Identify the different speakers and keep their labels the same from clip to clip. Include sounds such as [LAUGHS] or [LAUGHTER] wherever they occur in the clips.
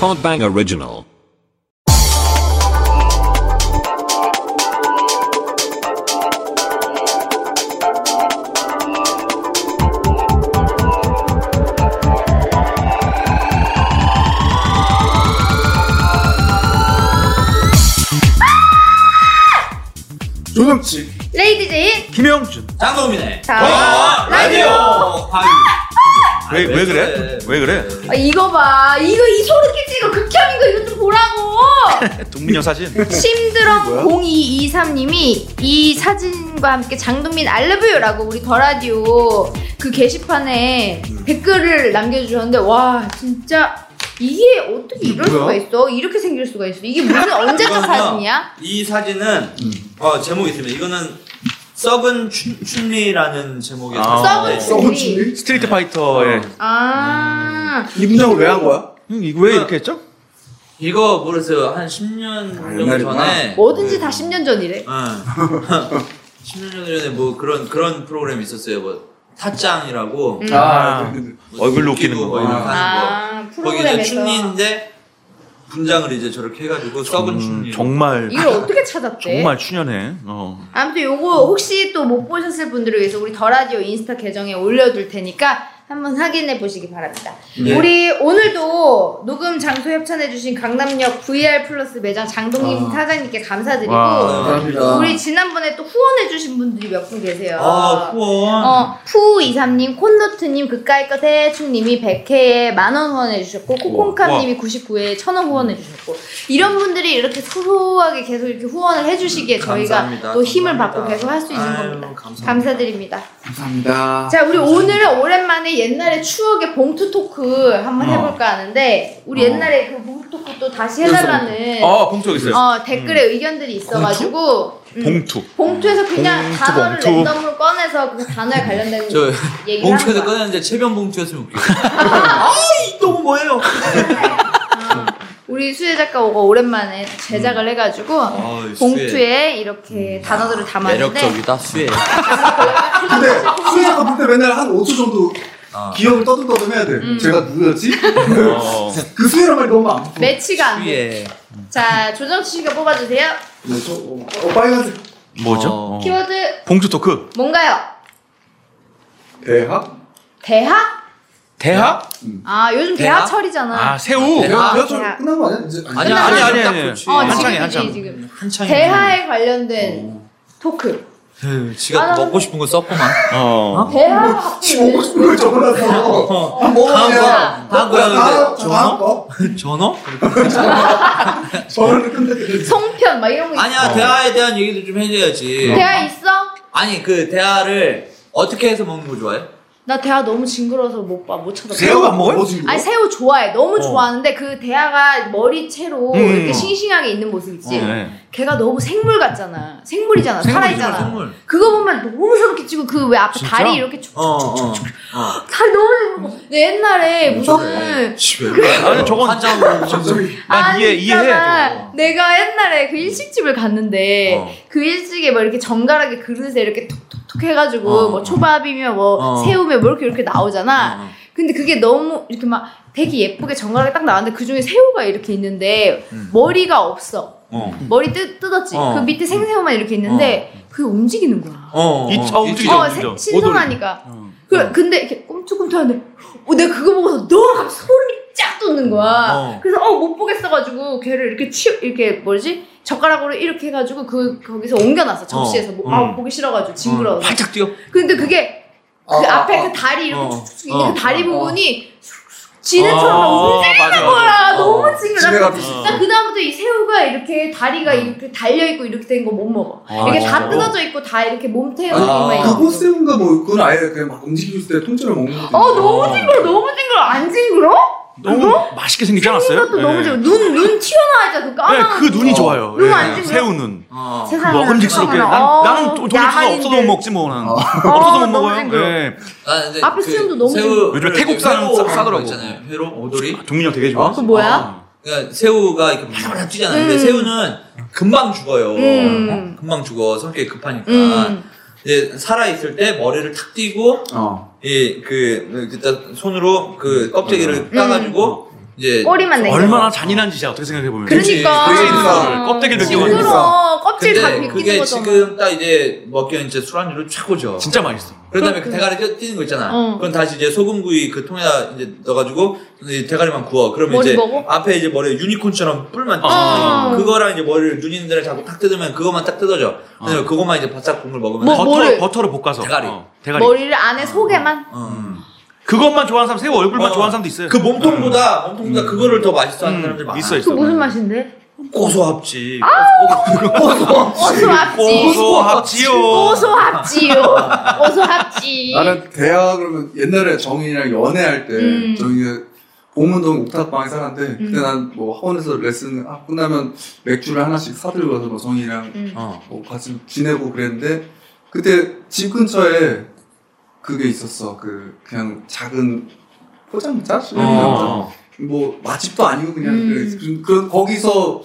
Speaker 1: Podbang Original.
Speaker 2: 조정치
Speaker 3: 레이디 제인
Speaker 2: 김영준
Speaker 4: 장동민의
Speaker 3: 자 라디오
Speaker 2: 왜 왜 그래 왜 그래
Speaker 3: 아, 이거 봐 이거 이 소름 끼치는 거 극혐인 거 이거 좀
Speaker 4: [LAUGHS]
Speaker 3: 보라고
Speaker 2: 동민 형 사진
Speaker 3: 심드럽 0223님이 이 사진과 함께 장동민 알레브요라고 우리 더 라디오 그 게시판에
Speaker 2: 음.
Speaker 3: 댓글을 남겨주셨는데 와 진짜 이게 어떻게 이럴
Speaker 2: 뭐야?
Speaker 3: 수가 있어? 이렇게 생길 수가 있어? 이게 무슨 언제적 그
Speaker 4: 이거는요,
Speaker 3: 사진이야?
Speaker 4: 이 사진은
Speaker 2: 음.
Speaker 4: 어, 제목이 있습니다. 이거는 썩은 춘, 춘리라는 제목의
Speaker 2: 아.
Speaker 4: 사진인데
Speaker 3: 썩은 썩은 춘리?
Speaker 2: 스트리트 파이터의
Speaker 3: 아
Speaker 5: 이 분장을 왜 한 거야?
Speaker 2: 형 이거 왜 이렇게 했죠?
Speaker 4: 이거 모르세요. 한 10년
Speaker 2: 아,
Speaker 4: 정도
Speaker 5: 옛날이구나.
Speaker 4: 전에
Speaker 3: 뭐든지 다 10년 전이래
Speaker 4: 응. 10년 전에 뭐 그런 그런 프로그램이 있었어요. 뭐 타짱이라고
Speaker 3: 음.
Speaker 5: 아,
Speaker 4: 뭐
Speaker 2: 얼굴로
Speaker 4: 웃기고
Speaker 2: 웃기는 거.
Speaker 4: 뭐 이런 거 하는
Speaker 3: 아
Speaker 4: 거. 거기 이제
Speaker 3: 프로그램에서
Speaker 4: 춘리인데 분장을 이제 저렇게 해가지고 썩은
Speaker 2: 음,
Speaker 4: 춘리.
Speaker 2: 정말
Speaker 3: 이걸 네. 어떻게 찾았대?
Speaker 2: 정말 추년해. 어.
Speaker 3: 아무튼 요거 혹시 또 못 보셨을 분들을 위해서 우리 더 라디오 인스타 계정에 올려둘 테니까 한번 확인해 보시기 바랍니다.
Speaker 4: 네.
Speaker 3: 우리 오늘도 녹음 장소 협찬해주신 강남역 VR 플러스 매장 장동민 사장님께 감사드리고
Speaker 2: 와.
Speaker 5: 감사합니다.
Speaker 3: 우리 지난번에 또 후원해주신 분들이 몇 분 계세요.
Speaker 4: 아 후원.
Speaker 3: 어, 푸이삼님, 콘노트님, 그까이 거 대충님이 100회에 만원 후원해주셨고, 코콩캄님이 99회에 천원 후원해주셨고, 이런 분들이 이렇게 소소하게 계속 이렇게 후원을 해주시기에 저희가
Speaker 4: 감사합니다.
Speaker 3: 또 힘을
Speaker 4: 감사합니다.
Speaker 3: 받고 계속 할 수 있는
Speaker 4: 아유,
Speaker 3: 겁니다.
Speaker 4: 감사합니다.
Speaker 3: 드립니다
Speaker 5: 아, 감사합니다.
Speaker 3: 자, 우리 오늘은 오랜만에 옛날의 추억의 봉투 토크 한번
Speaker 2: 어.
Speaker 3: 해볼까 하는데, 우리 옛날에 그 봉투 토크 또 다시 해달라는
Speaker 2: 어, 봉투 있어요.
Speaker 3: 어, 댓글에 의견들이 있어가지고, 음,
Speaker 2: 봉투.
Speaker 3: 봉투에서 그냥
Speaker 2: 봉투,
Speaker 3: 단어를
Speaker 2: 봉투.
Speaker 3: 랜덤으로 꺼내서 그 단어에 관련된
Speaker 4: 저
Speaker 3: 얘기를
Speaker 4: 봉투에서
Speaker 3: 하는 거야.
Speaker 4: 꺼냈는데 체변 봉투였으면 웃기겠다. 아이 너무 뭐예요?
Speaker 3: 아, 우리 수혜 작가가 오랜만에 제작을 해가지고
Speaker 4: 음. 아, 음.
Speaker 3: 봉투에 이렇게 단어들을 담았는데
Speaker 4: 매력적이다 수혜.
Speaker 3: 아,
Speaker 5: 근데 수혜자가 볼때 맨날 한 5초 정도
Speaker 4: 아.
Speaker 5: 기억을 떠듬떠듬 해야 돼.
Speaker 3: 음.
Speaker 5: 제가 누구였지?
Speaker 2: 어.
Speaker 5: [LAUGHS] 그 수혜란 말이 너무 안 붙어.
Speaker 3: 매치가 안 돼.
Speaker 4: 수혜.
Speaker 3: 자 조정치 씨가 뽑아주세요.
Speaker 5: 네, 저, 어, 어, 빨간색.
Speaker 2: 뭐죠?
Speaker 4: 어.
Speaker 2: 어.
Speaker 3: 키워드
Speaker 2: 봉투 그? 토크.
Speaker 3: 뭔가요?
Speaker 5: 대학?
Speaker 3: 대학?
Speaker 2: 대학?
Speaker 3: 아 요즘
Speaker 4: 대학?
Speaker 3: 대학철이잖아.
Speaker 2: 아, 새우.
Speaker 5: 대학?
Speaker 4: 대학?
Speaker 5: 대학 처럼
Speaker 3: 대학.
Speaker 5: 끝난 거 아니야? 이제,
Speaker 4: 아니야
Speaker 3: 끝났어?
Speaker 4: 아니야 아니야.
Speaker 2: 딱 붙이지.
Speaker 3: 어
Speaker 2: 한창이야,
Speaker 3: 지금이지
Speaker 2: 한창.
Speaker 3: 지금.
Speaker 4: 한창.
Speaker 3: 대하에 관련된 토크.
Speaker 4: 지가
Speaker 3: 아,
Speaker 4: 먹고 싶은 거 썼구만. 아,
Speaker 2: 어.
Speaker 4: 뭐,
Speaker 3: 대하.
Speaker 5: 먹고 싶은 걸 적어놨어. 아,
Speaker 4: 다음
Speaker 5: 먹어야.
Speaker 4: 거, 다음
Speaker 3: 뭐,
Speaker 4: 거야,
Speaker 5: 다음
Speaker 4: 근데. 그
Speaker 5: 다음 거?
Speaker 4: 전어?
Speaker 5: 저는 끝내게
Speaker 3: 송편 막 이런 거.
Speaker 4: 아니야 대하에 대한 얘기도 좀 해줘야지.
Speaker 3: 어. 대하 있어?
Speaker 4: 아니 그 대하를 어떻게 해서 먹는 거 좋아해?
Speaker 3: 나 대하 너무 징그러워서 못 봐, 못 쳐다봐.
Speaker 2: 새우 안 먹어요? 어.
Speaker 5: 뭐지, 이거?
Speaker 3: 아니 새우 좋아해 너무 좋아하는데 그 대하가 머리채로
Speaker 2: 음.
Speaker 3: 이렇게 싱싱하게 있는 모습 있지
Speaker 2: 어, 네.
Speaker 3: 걔가 너무 생물 같잖아 생물이잖아
Speaker 4: 생물,
Speaker 3: 살아있잖아
Speaker 4: 생물, 생물.
Speaker 3: 그거 보면 너무 소름 끼치고 그 왜 앞에
Speaker 2: 진짜?
Speaker 3: 다리 이렇게 쭉
Speaker 4: 어 어. 어.
Speaker 3: 다리 너무 음.
Speaker 2: 어,
Speaker 3: 옛날에 무슨
Speaker 2: 아니, 저건
Speaker 4: 어, 환장 먹고.
Speaker 5: 갑자기.
Speaker 2: 난 아, 이해 이해해.
Speaker 3: 있잖아.
Speaker 2: 저거.
Speaker 3: 내가 옛날에 그 일식집을 갔는데
Speaker 4: 어.
Speaker 3: 그 일식에 뭐 이렇게 정갈하게 그릇에 이렇게 톡톡톡 해가지고
Speaker 4: 어.
Speaker 3: 뭐 초밥이며 뭐
Speaker 4: 어.
Speaker 3: 새우며 뭐 이렇게 이렇게 나오잖아.
Speaker 4: 어.
Speaker 3: 근데 그게 너무 이렇게 막 되게 예쁘게 정갈하게 딱 나왔는데 그 중에 새우가 이렇게 있는데
Speaker 2: 음.
Speaker 3: 머리가 없어.
Speaker 4: 어.
Speaker 3: 머리 뜯, 뜯었지.
Speaker 4: 어.
Speaker 3: 그 밑에 생새우만 이렇게 있는데 그게 움직이는 거야.
Speaker 4: 어.
Speaker 2: 이- 어, 움직이죠.
Speaker 3: 어,
Speaker 2: 그죠,
Speaker 3: 새-
Speaker 2: 그죠.
Speaker 3: 신선하니까.
Speaker 2: 어.
Speaker 3: 그, 근데 이렇게 꿈틀꿈틀한데, 어, 내가 그거 보고서 너무 갑자기 소름이 쫙 돋는 거야.
Speaker 4: 어.
Speaker 3: 그래서, 어, 못 보겠어가지고, 걔를 이렇게 치, 이렇게 뭐지? 젓가락으로 이렇게 해가지고, 그, 거기서 옮겨놨어. 접시에서. 뭐, 아,
Speaker 4: 음.
Speaker 3: 보기 싫어가지고,
Speaker 2: 음.
Speaker 3: 징그러워서.
Speaker 4: 활짝 뛰어.
Speaker 3: 근데 그게, 그
Speaker 5: 아,
Speaker 3: 앞에
Speaker 5: 아,
Speaker 3: 그 다리 이렇게
Speaker 4: 어.
Speaker 3: 쭉쭉쭉 있는
Speaker 4: 어.
Speaker 3: 그 다리
Speaker 4: 어.
Speaker 3: 부분이
Speaker 2: 어.
Speaker 3: 지네처럼 막 움직이는
Speaker 2: 맞아.
Speaker 3: 거야.
Speaker 4: 어.
Speaker 3: 너무 징그러.
Speaker 5: 집에
Speaker 3: 워
Speaker 5: 가도
Speaker 2: 어.
Speaker 3: 나 그다음부터 이 새우가 이렇게 다리가 이렇게 달려있고 이렇게 된 거 못 먹어.
Speaker 2: 아,
Speaker 3: 이게 다
Speaker 2: 진짜로?
Speaker 3: 뜯어져 있고 다 이렇게 몸태우기만
Speaker 4: 아.
Speaker 3: 있는
Speaker 5: 그
Speaker 3: 거.
Speaker 5: 호스인가 뭐, 그건 아예 그냥 막 움직일 때 통째로 먹는 거.
Speaker 3: 어 너무 징그러 너무 징그러 안 징그러?
Speaker 2: 어, 너무 맛있게 생기지 않았어요?
Speaker 3: 이것도 너무
Speaker 2: 네.
Speaker 3: 징그러 눈눈 튀어나와있잖아 그
Speaker 2: 네,
Speaker 3: 까만
Speaker 2: 그 눈이 좋아요.
Speaker 3: 눈
Speaker 2: 예,
Speaker 3: 안 찌그러?
Speaker 2: 새우 눈.
Speaker 4: 어.
Speaker 3: 세상에
Speaker 2: 먹음직스럽게. 난,
Speaker 3: 어,
Speaker 2: 나는 도- 돈이 없어서
Speaker 3: 야만인들.
Speaker 2: 없어도 못 먹지 뭐 나는.
Speaker 3: 어,
Speaker 2: 없어서 못
Speaker 3: 너무
Speaker 2: 먹어요.
Speaker 3: 징그러워.
Speaker 2: 예.
Speaker 4: 아, 근데
Speaker 3: 앞에
Speaker 4: 그
Speaker 3: 수염도 너무
Speaker 4: 새우 그
Speaker 2: 요즘에 태국산
Speaker 4: 회로
Speaker 2: 싸더라고.
Speaker 4: 있잖아요. 회로 오돌이.
Speaker 2: 종민이 형 되게 좋아.
Speaker 3: 그거 뭐야?
Speaker 4: 그러니까 새우가 이렇게 바삭바삭 뛰잖아. 근데
Speaker 3: 음.
Speaker 4: 새우는 금방 죽어요.
Speaker 3: 음.
Speaker 4: 금방 죽어. 성격이 급하니까.
Speaker 3: 음.
Speaker 4: 이제 살아있을 때 머리를 탁 띄고,
Speaker 5: 어.
Speaker 4: 이, 그, 일단 손으로 그 껍데기를 까가지고, 이제
Speaker 3: 음. 꼬리만 내고.
Speaker 2: 아. 얼마나 잔인한 짓이야 어떻게 생각해 보면.
Speaker 3: 네. 그러니까.
Speaker 4: 그치,
Speaker 5: 그러니까.
Speaker 2: 껍데기를 벗기고.
Speaker 5: 징그러워.
Speaker 3: 징그러 껍질 다
Speaker 4: 근데
Speaker 3: 벗기는
Speaker 4: 그게
Speaker 3: 거잖아.
Speaker 4: 지금 딱 이제 먹기는 이제 술안주로 최고죠.
Speaker 2: 진짜 맛있어.
Speaker 4: 그런 다음에 그 대가리 떼- 떼는 거 있잖아.
Speaker 3: 어.
Speaker 4: 그건 다시 이제 소금구이 그 통에다 이제 넣어가지고 이제 대가리만 구워. 그러면
Speaker 3: 머리
Speaker 4: 이제
Speaker 3: 먹어? 아.
Speaker 4: 앞에 이제 머리에 유니콘처럼 뿔만
Speaker 2: 어.
Speaker 4: 뜯어. 그거랑 이제 머리를 유니들을 자꾸 탁 뜯으면 그것만 딱 뜯어져. 그래서 그것만 이제 바짝 국물 먹으면
Speaker 3: 뭐,
Speaker 4: 다-
Speaker 2: 버터
Speaker 3: 뭐를?
Speaker 2: 버터로 볶아서.
Speaker 4: 대가리.
Speaker 2: 어, 대가리.
Speaker 3: 머리를 안에 속에만.
Speaker 4: 음.
Speaker 2: 그것만 좋아하는 사람 새우 얼굴만
Speaker 4: 어.
Speaker 2: 좋아하는 사람도 있어요.
Speaker 4: 그 몸통보다 몸통보다 그거를 더 맛있어하는
Speaker 2: 음,
Speaker 4: 사람들이 많아.
Speaker 2: 있어
Speaker 3: 그
Speaker 2: 있어.
Speaker 3: 무슨 맛인데? 아!
Speaker 4: 고소합지.
Speaker 3: 오소합지.
Speaker 2: 고소합지요.
Speaker 3: 오소합지요. 오소합지.
Speaker 5: 나는 대학 그러면 옛날에 정인이랑 연애할 때
Speaker 3: 음.
Speaker 5: 정인이 공문동 옥탑방에 살았는데 그때
Speaker 3: 음.
Speaker 5: 난 뭐 학원에서 레슨 하- 끝나면 맥주를 하나씩 사들고 가서 뭐 정인이랑
Speaker 3: 음.
Speaker 4: 어.
Speaker 5: 뭐 같이 지내고 그랬는데 그때 집 근처에 그게 있었어 그 그냥 작은 포장자
Speaker 2: 어.
Speaker 5: 뭐 맛집도 아니고 그냥
Speaker 3: 음.
Speaker 5: 그래. 그- 그 거기서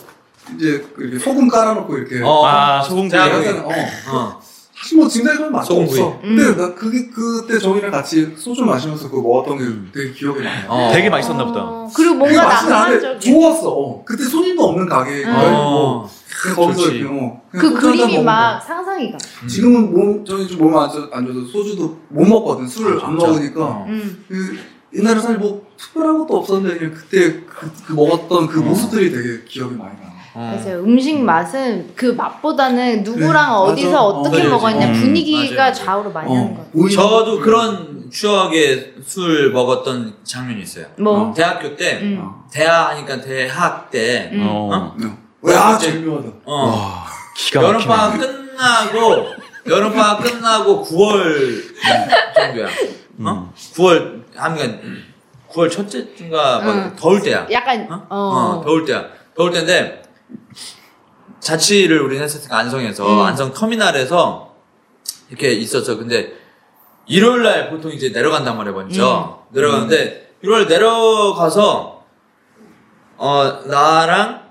Speaker 5: 이제 이렇게 소금 깔아놓고 이렇게
Speaker 4: 어.
Speaker 2: 아, 소금구이.
Speaker 4: 자,
Speaker 5: 내가
Speaker 4: 여기.
Speaker 5: 하잖아. 어.
Speaker 4: 어.
Speaker 5: 사실 뭐 지금까지는 맛
Speaker 4: 소금구이.
Speaker 5: 없어.
Speaker 3: 음.
Speaker 5: 근데 나 그게 그때 정이랑 같이 소주 마시면서 그거
Speaker 4: 음.
Speaker 5: 먹었던 게 되게 기억에 남아.
Speaker 4: 어.
Speaker 2: 되게 맛있었나 보다.
Speaker 3: 어, 그리고
Speaker 5: 그게
Speaker 3: 뭔가
Speaker 5: 맛이 나는데
Speaker 3: 낭만적이야.
Speaker 5: 좋았어. 어. 그때 손님도 없는 가게.
Speaker 3: 음.
Speaker 4: 어.
Speaker 5: 거기서
Speaker 2: 좋지.
Speaker 5: 이렇게 어,
Speaker 3: 그
Speaker 5: 소주 한잔
Speaker 3: 그림이
Speaker 5: 먹는
Speaker 3: 막 상상이 가.
Speaker 5: 거야. 지금은 몸 저희 좀 몸안 좋- 안 좋아서 소주도 못 먹거든. 술을 안
Speaker 4: 아, 진짜. 어.
Speaker 5: 먹으니까.
Speaker 3: 음.
Speaker 5: 그 옛날에 사실 뭐 특별한 것도 없었는데 그냥 그때 그, 그 먹었던 그
Speaker 4: 어.
Speaker 5: 모습들이 되게 기억에 많이 나.
Speaker 4: 어.
Speaker 3: 맞아요. 음식 맛은 그 맛보다는 누구랑
Speaker 5: 맞아.
Speaker 3: 어디서
Speaker 5: 어,
Speaker 3: 어떻게
Speaker 4: 맞아요.
Speaker 3: 먹었냐
Speaker 2: 음,
Speaker 3: 분위기가
Speaker 4: 맞아요.
Speaker 3: 좌우로 많이 하는 것
Speaker 5: 어.
Speaker 3: 같아요.
Speaker 5: 오히려-
Speaker 4: 저도 그런 추억의 술 먹었던 장면이 있어요.
Speaker 3: 뭐?
Speaker 4: 어, 대학교 때
Speaker 3: 음.
Speaker 4: 대하 하니까 그러니까 대학 때
Speaker 3: 음.
Speaker 2: 어.
Speaker 5: 네. 야
Speaker 4: 이제-
Speaker 5: 절묘하다.
Speaker 4: 어,
Speaker 2: 와, 기가 그러니까 막히네.
Speaker 4: 여름 방학 끝나고 여름 방학 끝나고 9월 정도야. 어?
Speaker 2: 음.
Speaker 4: 9월 하면 9월 첫째 주인가 뭐
Speaker 3: 응.
Speaker 4: 더울 때야.
Speaker 3: 약간
Speaker 4: 어?
Speaker 3: 어.
Speaker 4: 어, 더울 때야. 더울 때인데 자취를 우리는 했었으니까 안성에서
Speaker 3: 음.
Speaker 4: 안성 터미널에서 이렇게 있었죠. 근데 일요일 날 보통 이제 내려간단 말이야 먼저 내려가는데 일요일 내려가서 어 나랑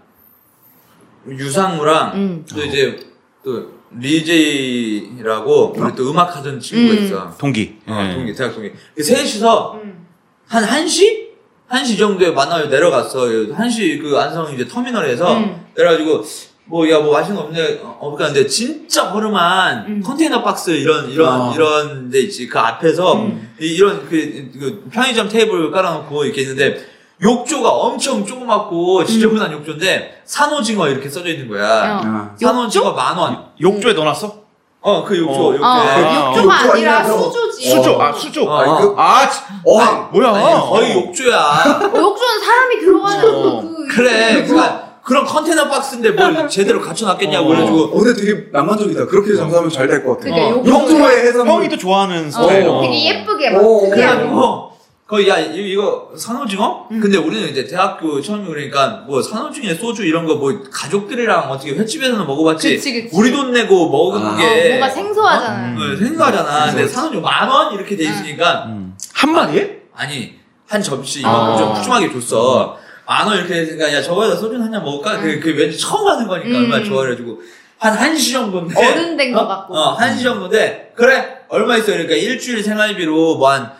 Speaker 4: 유상무랑
Speaker 3: 음.
Speaker 4: 또 이제 또 리제이라고 우리 또 음악 하던 친구가
Speaker 3: 음.
Speaker 4: 있어.
Speaker 2: 동기.
Speaker 4: 어,
Speaker 2: 예.
Speaker 4: 동기 대학 동기. 그 셋이서
Speaker 3: 음.
Speaker 4: 한 1시? 1시 정도에 만나요. 내려갔어. 1시 그 안성 이제 터미널에서
Speaker 3: 음.
Speaker 4: 내려가지고 뭐, 야, 뭐 맛있는 거 없네. 어, 그니까 근데 진짜 허름한
Speaker 3: 음.
Speaker 4: 컨테이너 박스 이런, 이런,
Speaker 5: 아.
Speaker 4: 이런 데 있지. 그 앞에서
Speaker 3: 음.
Speaker 4: 이, 런 그, 그 편의점 테이블 깔아놓고 이렇게 있는데 욕조가 엄청 조그맣고 지저분한 욕조인데 산오징어 이렇게 써져 있는 거야.
Speaker 3: 음. 어.
Speaker 5: 아.
Speaker 4: 산오징어 만 원.
Speaker 2: 욕조에 넣어놨어?
Speaker 4: 어, 그 욕조,
Speaker 2: 어.
Speaker 4: 욕조에.
Speaker 3: 어,
Speaker 2: 아,
Speaker 3: 욕조가
Speaker 5: 욕조
Speaker 3: 아니라
Speaker 5: 아니라서.
Speaker 3: 수조지.
Speaker 2: 수조, 아, 수조.
Speaker 4: 어.
Speaker 5: 아니, 그-
Speaker 2: 아, 지-
Speaker 5: 어.
Speaker 2: 뭐야.
Speaker 4: 아니, 그 거의 욕조야.
Speaker 3: 어, 욕조는 사람이 들어가는
Speaker 2: 어.
Speaker 3: 그
Speaker 4: 그래.
Speaker 3: 그
Speaker 4: 그러니까 그런 컨테이너 박스인데 뭘 제대로 갖춰놨겠냐고
Speaker 2: 어.
Speaker 4: 그래가지고
Speaker 5: 어, 근데 되게 낭만적이다. 그렇게 장사하면 잘 될 것 같아.
Speaker 3: 그러니까
Speaker 2: 어.
Speaker 3: 욕조
Speaker 5: 형도의 해산. 뭐.
Speaker 2: 형이 또 좋아하는
Speaker 3: 어,
Speaker 2: 스타일. 어.
Speaker 3: 되게 예쁘게 막
Speaker 5: 어,
Speaker 3: 그냥
Speaker 4: 그래가지고 뭐, 거의 야 이- 이거 산호징어? 근데 우리는 이제 대학교 처음이 그러니까 뭐 산호징어 소주 이런 거 뭐 가족들이랑 어떻게 횟집에서는 먹어봤지
Speaker 3: 그치, 그치.
Speaker 4: 우리 돈 내고 먹은
Speaker 5: 아.
Speaker 3: 어,
Speaker 4: 게
Speaker 3: 뭔가 생소하잖아요.
Speaker 4: 예. 어, 생소하잖아 근데
Speaker 5: 그치.
Speaker 4: 산호징어 만 원 이렇게 돼 있으니까
Speaker 2: 음. 한 마리에?
Speaker 4: 아니 한 접시 이만큼
Speaker 3: 아.
Speaker 4: 좀 푸짐하게 줬어 만 원 이렇게 했으니까 야 저거에다 소주 한 잔 먹을까? 그게, 그게 왠지 처음 하는 거니까
Speaker 3: 음.
Speaker 4: 얼마나 좋아해가지고 한 1시 정도인데
Speaker 3: 어른 된 것
Speaker 4: 어?
Speaker 3: 같고.
Speaker 4: 어, 한시 정도인데, 그래, 얼마 있어. 그러니까 일주일 생활비로 뭐 한,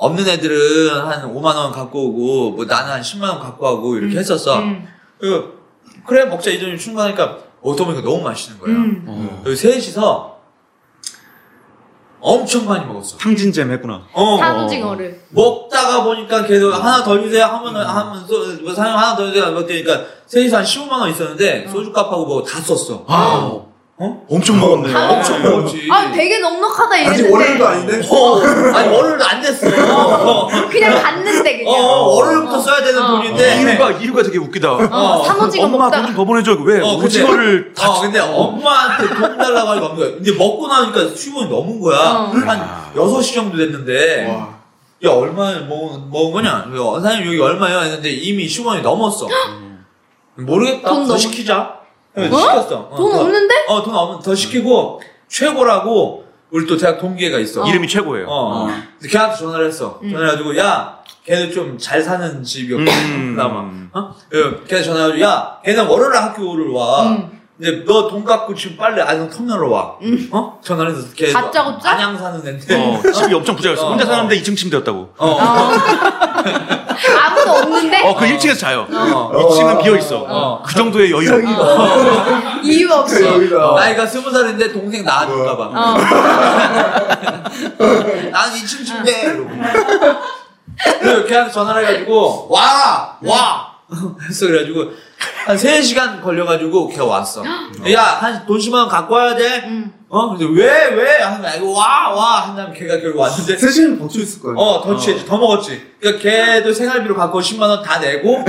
Speaker 4: 없는 애들은 한 5만원 갖고 오고, 뭐 나는 한 10만원 갖고 하고, 이렇게
Speaker 3: 음,
Speaker 4: 했었어.
Speaker 3: 음,
Speaker 4: 그리고 그래, 먹자. 이 돈이 충분하니까, 어떤 보니까 너무 맛있는 거야.
Speaker 3: 음.
Speaker 5: 어.
Speaker 4: 그리고 셋이서 엄청 많이 먹었어.
Speaker 2: 탕진잼 했구나.
Speaker 4: 어.
Speaker 3: 산오징어를.
Speaker 4: 먹다가 보니까 계속 하나 더 주세요 하면
Speaker 3: 음.
Speaker 4: 하면 소, 뭐 사장 하나 더 주세요 막 되니까 셋이서 한 15만 원 있었는데
Speaker 3: 음.
Speaker 4: 소주값하고 뭐 다 썼어.
Speaker 2: 아,
Speaker 4: 어?
Speaker 2: 엄청 먹었네.
Speaker 3: 다
Speaker 4: 엄청
Speaker 2: 어.
Speaker 4: 먹었지.
Speaker 3: 아, 되게 넉넉하다
Speaker 5: 아직 월요일도
Speaker 3: 이랬는데.
Speaker 5: 아닌데?
Speaker 4: 어, 아니 월요일도 안 됐어. 어,
Speaker 3: 그냥 갔는데
Speaker 4: 어,
Speaker 3: 그냥.
Speaker 4: 어, 월요일부터 써야 되는
Speaker 3: 어.
Speaker 4: 돈인데.
Speaker 2: 이유가, 이유가 되게 웃기다.
Speaker 3: [LAUGHS] 어, 산오징어
Speaker 2: 엄마
Speaker 3: 먹다가
Speaker 2: 돈 더 보내줘. 왜?
Speaker 4: 어, 근데-
Speaker 2: 오징어를 다.
Speaker 4: 어, 근데 엄마한테 돈 달라고 하니까 없는 거야. 근데 먹고 나니까 10원이 넘은 거야.
Speaker 3: 어.
Speaker 4: 한 6시 정도 됐는데.
Speaker 5: 와.
Speaker 4: 야, 얼마 먹은, 먹은 거냐? 야, 사장님 여기 얼마야? 했는데 이미 10원이 넘었어. 모르겠다.
Speaker 3: 돈
Speaker 4: 더
Speaker 3: 넘-
Speaker 4: 시키자. 그래서
Speaker 3: 어?
Speaker 4: 시켰어. 어,
Speaker 3: 돈
Speaker 4: 더-
Speaker 3: 없는데?
Speaker 4: 어, 돈 없는, 더 시키고, 최고라고, 우리 또 대학 동기애가 있어.
Speaker 2: 이름이 최고예요.
Speaker 4: 어.
Speaker 5: 어.
Speaker 4: 그래서 걔한테 전화를 했어.
Speaker 3: 음.
Speaker 4: 전화해가지고, 야, 걔는 좀 잘 사는 집이었고, [LAUGHS]
Speaker 2: 음.
Speaker 4: 그나마. 어? 예, 걔한테 전화해가지고, 야, 걔는 월요일 학교를 와.
Speaker 3: 음.
Speaker 4: 근데 너 돈 갖고 지금 빨리 안양 터미널로 와. 어? 전화를 해서 걔
Speaker 3: 가짜고짜?
Speaker 4: 안양 사는 앤데.
Speaker 2: 어, 집이 엄청 부자였어. 혼자 사는데 2층 침대였다고.
Speaker 4: 어.
Speaker 3: 아.
Speaker 4: 어.
Speaker 3: [LAUGHS] 아무도 없는데
Speaker 2: 어, 그 1층에서 자요.
Speaker 4: 어.
Speaker 2: 2층은 비어 있어.
Speaker 4: 어.
Speaker 2: 그 정도의 여유.
Speaker 3: 이유 없이
Speaker 5: 어. 네, 여기다. 아,
Speaker 4: 나이가 스무 살인데 동생 낳아줄까 봐.
Speaker 3: 어.
Speaker 4: 난 2층 침대. 이러고. 그래서 걔한테 전화를 해가지고 와! [LAUGHS] 와! 했어 그래가지고 한 3시간 걸려가지고 걔 왔어. 야, 한돈 10만 원 갖고 와야 돼.
Speaker 3: 음.
Speaker 4: 어? 근데 왜? 왜? 하면 아이고 와! 와! 한 다음에 걔가 결국 왔는데
Speaker 5: 세시는 버텨 있을 거예요.
Speaker 4: 어, 더 취했지. 더 먹었지. 그러니까 걔도 생활비로 갖고 10만 원 다
Speaker 3: [LAUGHS]
Speaker 4: 내고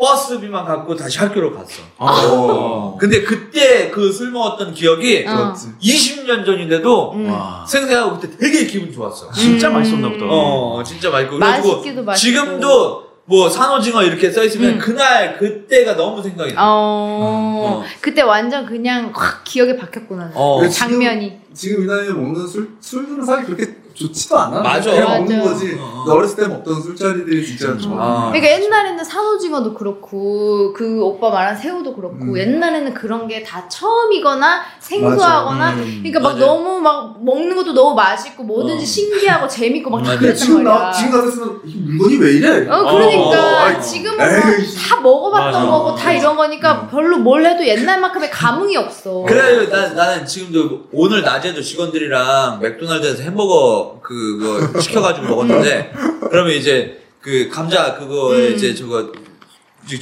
Speaker 4: 버스비만 갖고 다시 학교로 갔어.
Speaker 5: 어.
Speaker 4: 근데 그때 그 술 먹었던 기억이
Speaker 3: 어.
Speaker 5: 그렇지.
Speaker 4: 20년 전인데도
Speaker 3: 음.
Speaker 2: 와.
Speaker 4: 생생하고 그때 되게 기분 좋았어.
Speaker 2: 진짜
Speaker 3: 음.
Speaker 2: 맛있었나 보다.
Speaker 4: 어, 진짜 맛있고.
Speaker 3: 맛있기도 맛있고.
Speaker 4: 지금도 뭐 산오징어 이렇게 써 있으면
Speaker 3: 음.
Speaker 4: 그날 그때가 너무 생각이 나.
Speaker 3: 어.
Speaker 4: 음. 어.
Speaker 3: 그때 완전 그냥 확 기억에 박혔구나.
Speaker 4: 어.
Speaker 5: 그
Speaker 3: 장면이.
Speaker 5: 지금 이 나이에 먹는 술 술은 사실 그렇게 좋지도 않아.
Speaker 4: 맞아.
Speaker 5: 그냥
Speaker 3: 맞아.
Speaker 5: 먹는 거지.
Speaker 4: 어.
Speaker 5: 너 어렸을 때 먹던 술자리들이 진짜 좋아.
Speaker 4: 아.
Speaker 3: 그러니까 옛날에는 산오징어도 그렇고 그 오빠 말한 새우도 그렇고
Speaker 5: 음.
Speaker 3: 옛날에는 그런 게 다 처음이거나 생소하거나
Speaker 5: 맞아. 음.
Speaker 3: 그러니까 막
Speaker 4: 맞아요.
Speaker 3: 너무 막 먹는 것도 너무 맛있고 뭐든지
Speaker 4: 어.
Speaker 3: 신기하고 [LAUGHS] 재밌고 막 다
Speaker 4: 맞아요.
Speaker 5: 근데
Speaker 3: 그랬단
Speaker 5: 지금
Speaker 3: 말이야.
Speaker 5: 나 지금 같았으면 이 물건이 왜 이래? 아,
Speaker 3: 어
Speaker 4: 어,
Speaker 3: 그러니까
Speaker 4: 아이,
Speaker 3: 지금은
Speaker 5: 에이,
Speaker 3: 뭐다 먹어봤던
Speaker 2: 맞아.
Speaker 3: 거고 다 이런 거니까
Speaker 5: 음.
Speaker 3: 별로 뭘 해도 옛날만큼의 감흥이 없어.
Speaker 4: 그래요. 나, 나는 지금도 오늘 낮에도 직원들이랑 맥도날드에서 햄버거 그거 시켜가지고 먹었는데 그러면 이제 그 감자 그거
Speaker 3: 음.
Speaker 4: 이제 저거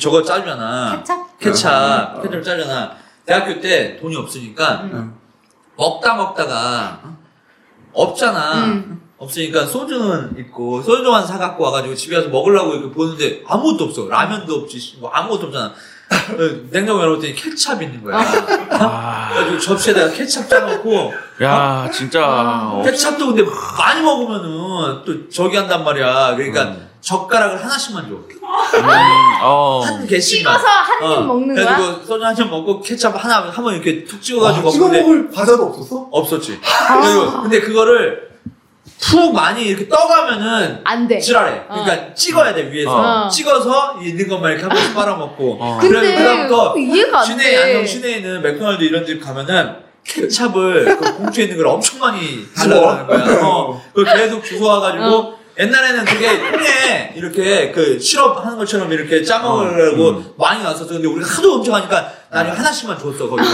Speaker 4: 저거 짜잖아.
Speaker 3: 케찹?
Speaker 4: 케찹 케찹 짜잖아. 대학교 때 돈이 없으니까
Speaker 3: 음.
Speaker 4: 먹다 먹다가 없잖아.
Speaker 3: 음.
Speaker 4: 없으니까 소주는 있고 소주만 사 갖고 와가지고 집에 와서 먹으려고 이렇게 보는데 아무것도 없어. 라면도 없지. 뭐 아무것도 없잖아. 어, 냉장고 열어봤더니 케찹 있는 거야.
Speaker 2: 아,
Speaker 4: 그래가지고 접시에다가 케찹 짜놓고
Speaker 2: 야, 진짜. 어.
Speaker 4: 케찹도 근데 많이 먹으면은 또 저기 한단 말이야. 그러니까
Speaker 2: 음.
Speaker 4: 젓가락을 하나씩만 줘.
Speaker 2: 음, 어.
Speaker 4: 한 개씩만.
Speaker 3: 찍어서 한 입
Speaker 4: 어.
Speaker 3: 먹는 거야?
Speaker 4: 그래가지고 소주 한 잔 먹고 케찹 하나 한번 이렇게 툭 찍어가지고
Speaker 5: 아, 찍어
Speaker 4: 먹는데
Speaker 5: 먹을 과자도 없었어?
Speaker 4: 없었지.
Speaker 3: 아.
Speaker 4: 그래가지고 근데 그거를 푹 많이 이렇게 떠가면은
Speaker 3: 안 돼.
Speaker 4: 지랄해. 그러니까 찍어야 돼 위에서.
Speaker 3: 네. 어.
Speaker 4: 찍어서 있는 것만 이렇게 한 번씩 빨아먹고.
Speaker 2: 어.
Speaker 3: 근데
Speaker 4: 그다음부터
Speaker 3: 그거 이해가 안
Speaker 4: 시내
Speaker 3: 돼.
Speaker 4: 안녕 시내에는 맥도날드 이런 집 가면은 케찹을 그 봉투에 있는 걸 엄청 많이
Speaker 5: 주워?
Speaker 4: 달라고 하는 거야. 어. 그걸 계속 주워와가지고
Speaker 3: 어.
Speaker 4: 옛날에는 그게 통에 이렇게 그 시럽 하는 것처럼 이렇게 짜먹으려고
Speaker 2: 어, 음.
Speaker 4: 많이 왔었어. 근데 우리가 하도 엄청 하니까
Speaker 5: 아.
Speaker 4: 나는 하나씩만 줬어
Speaker 3: 아,
Speaker 4: 거기서.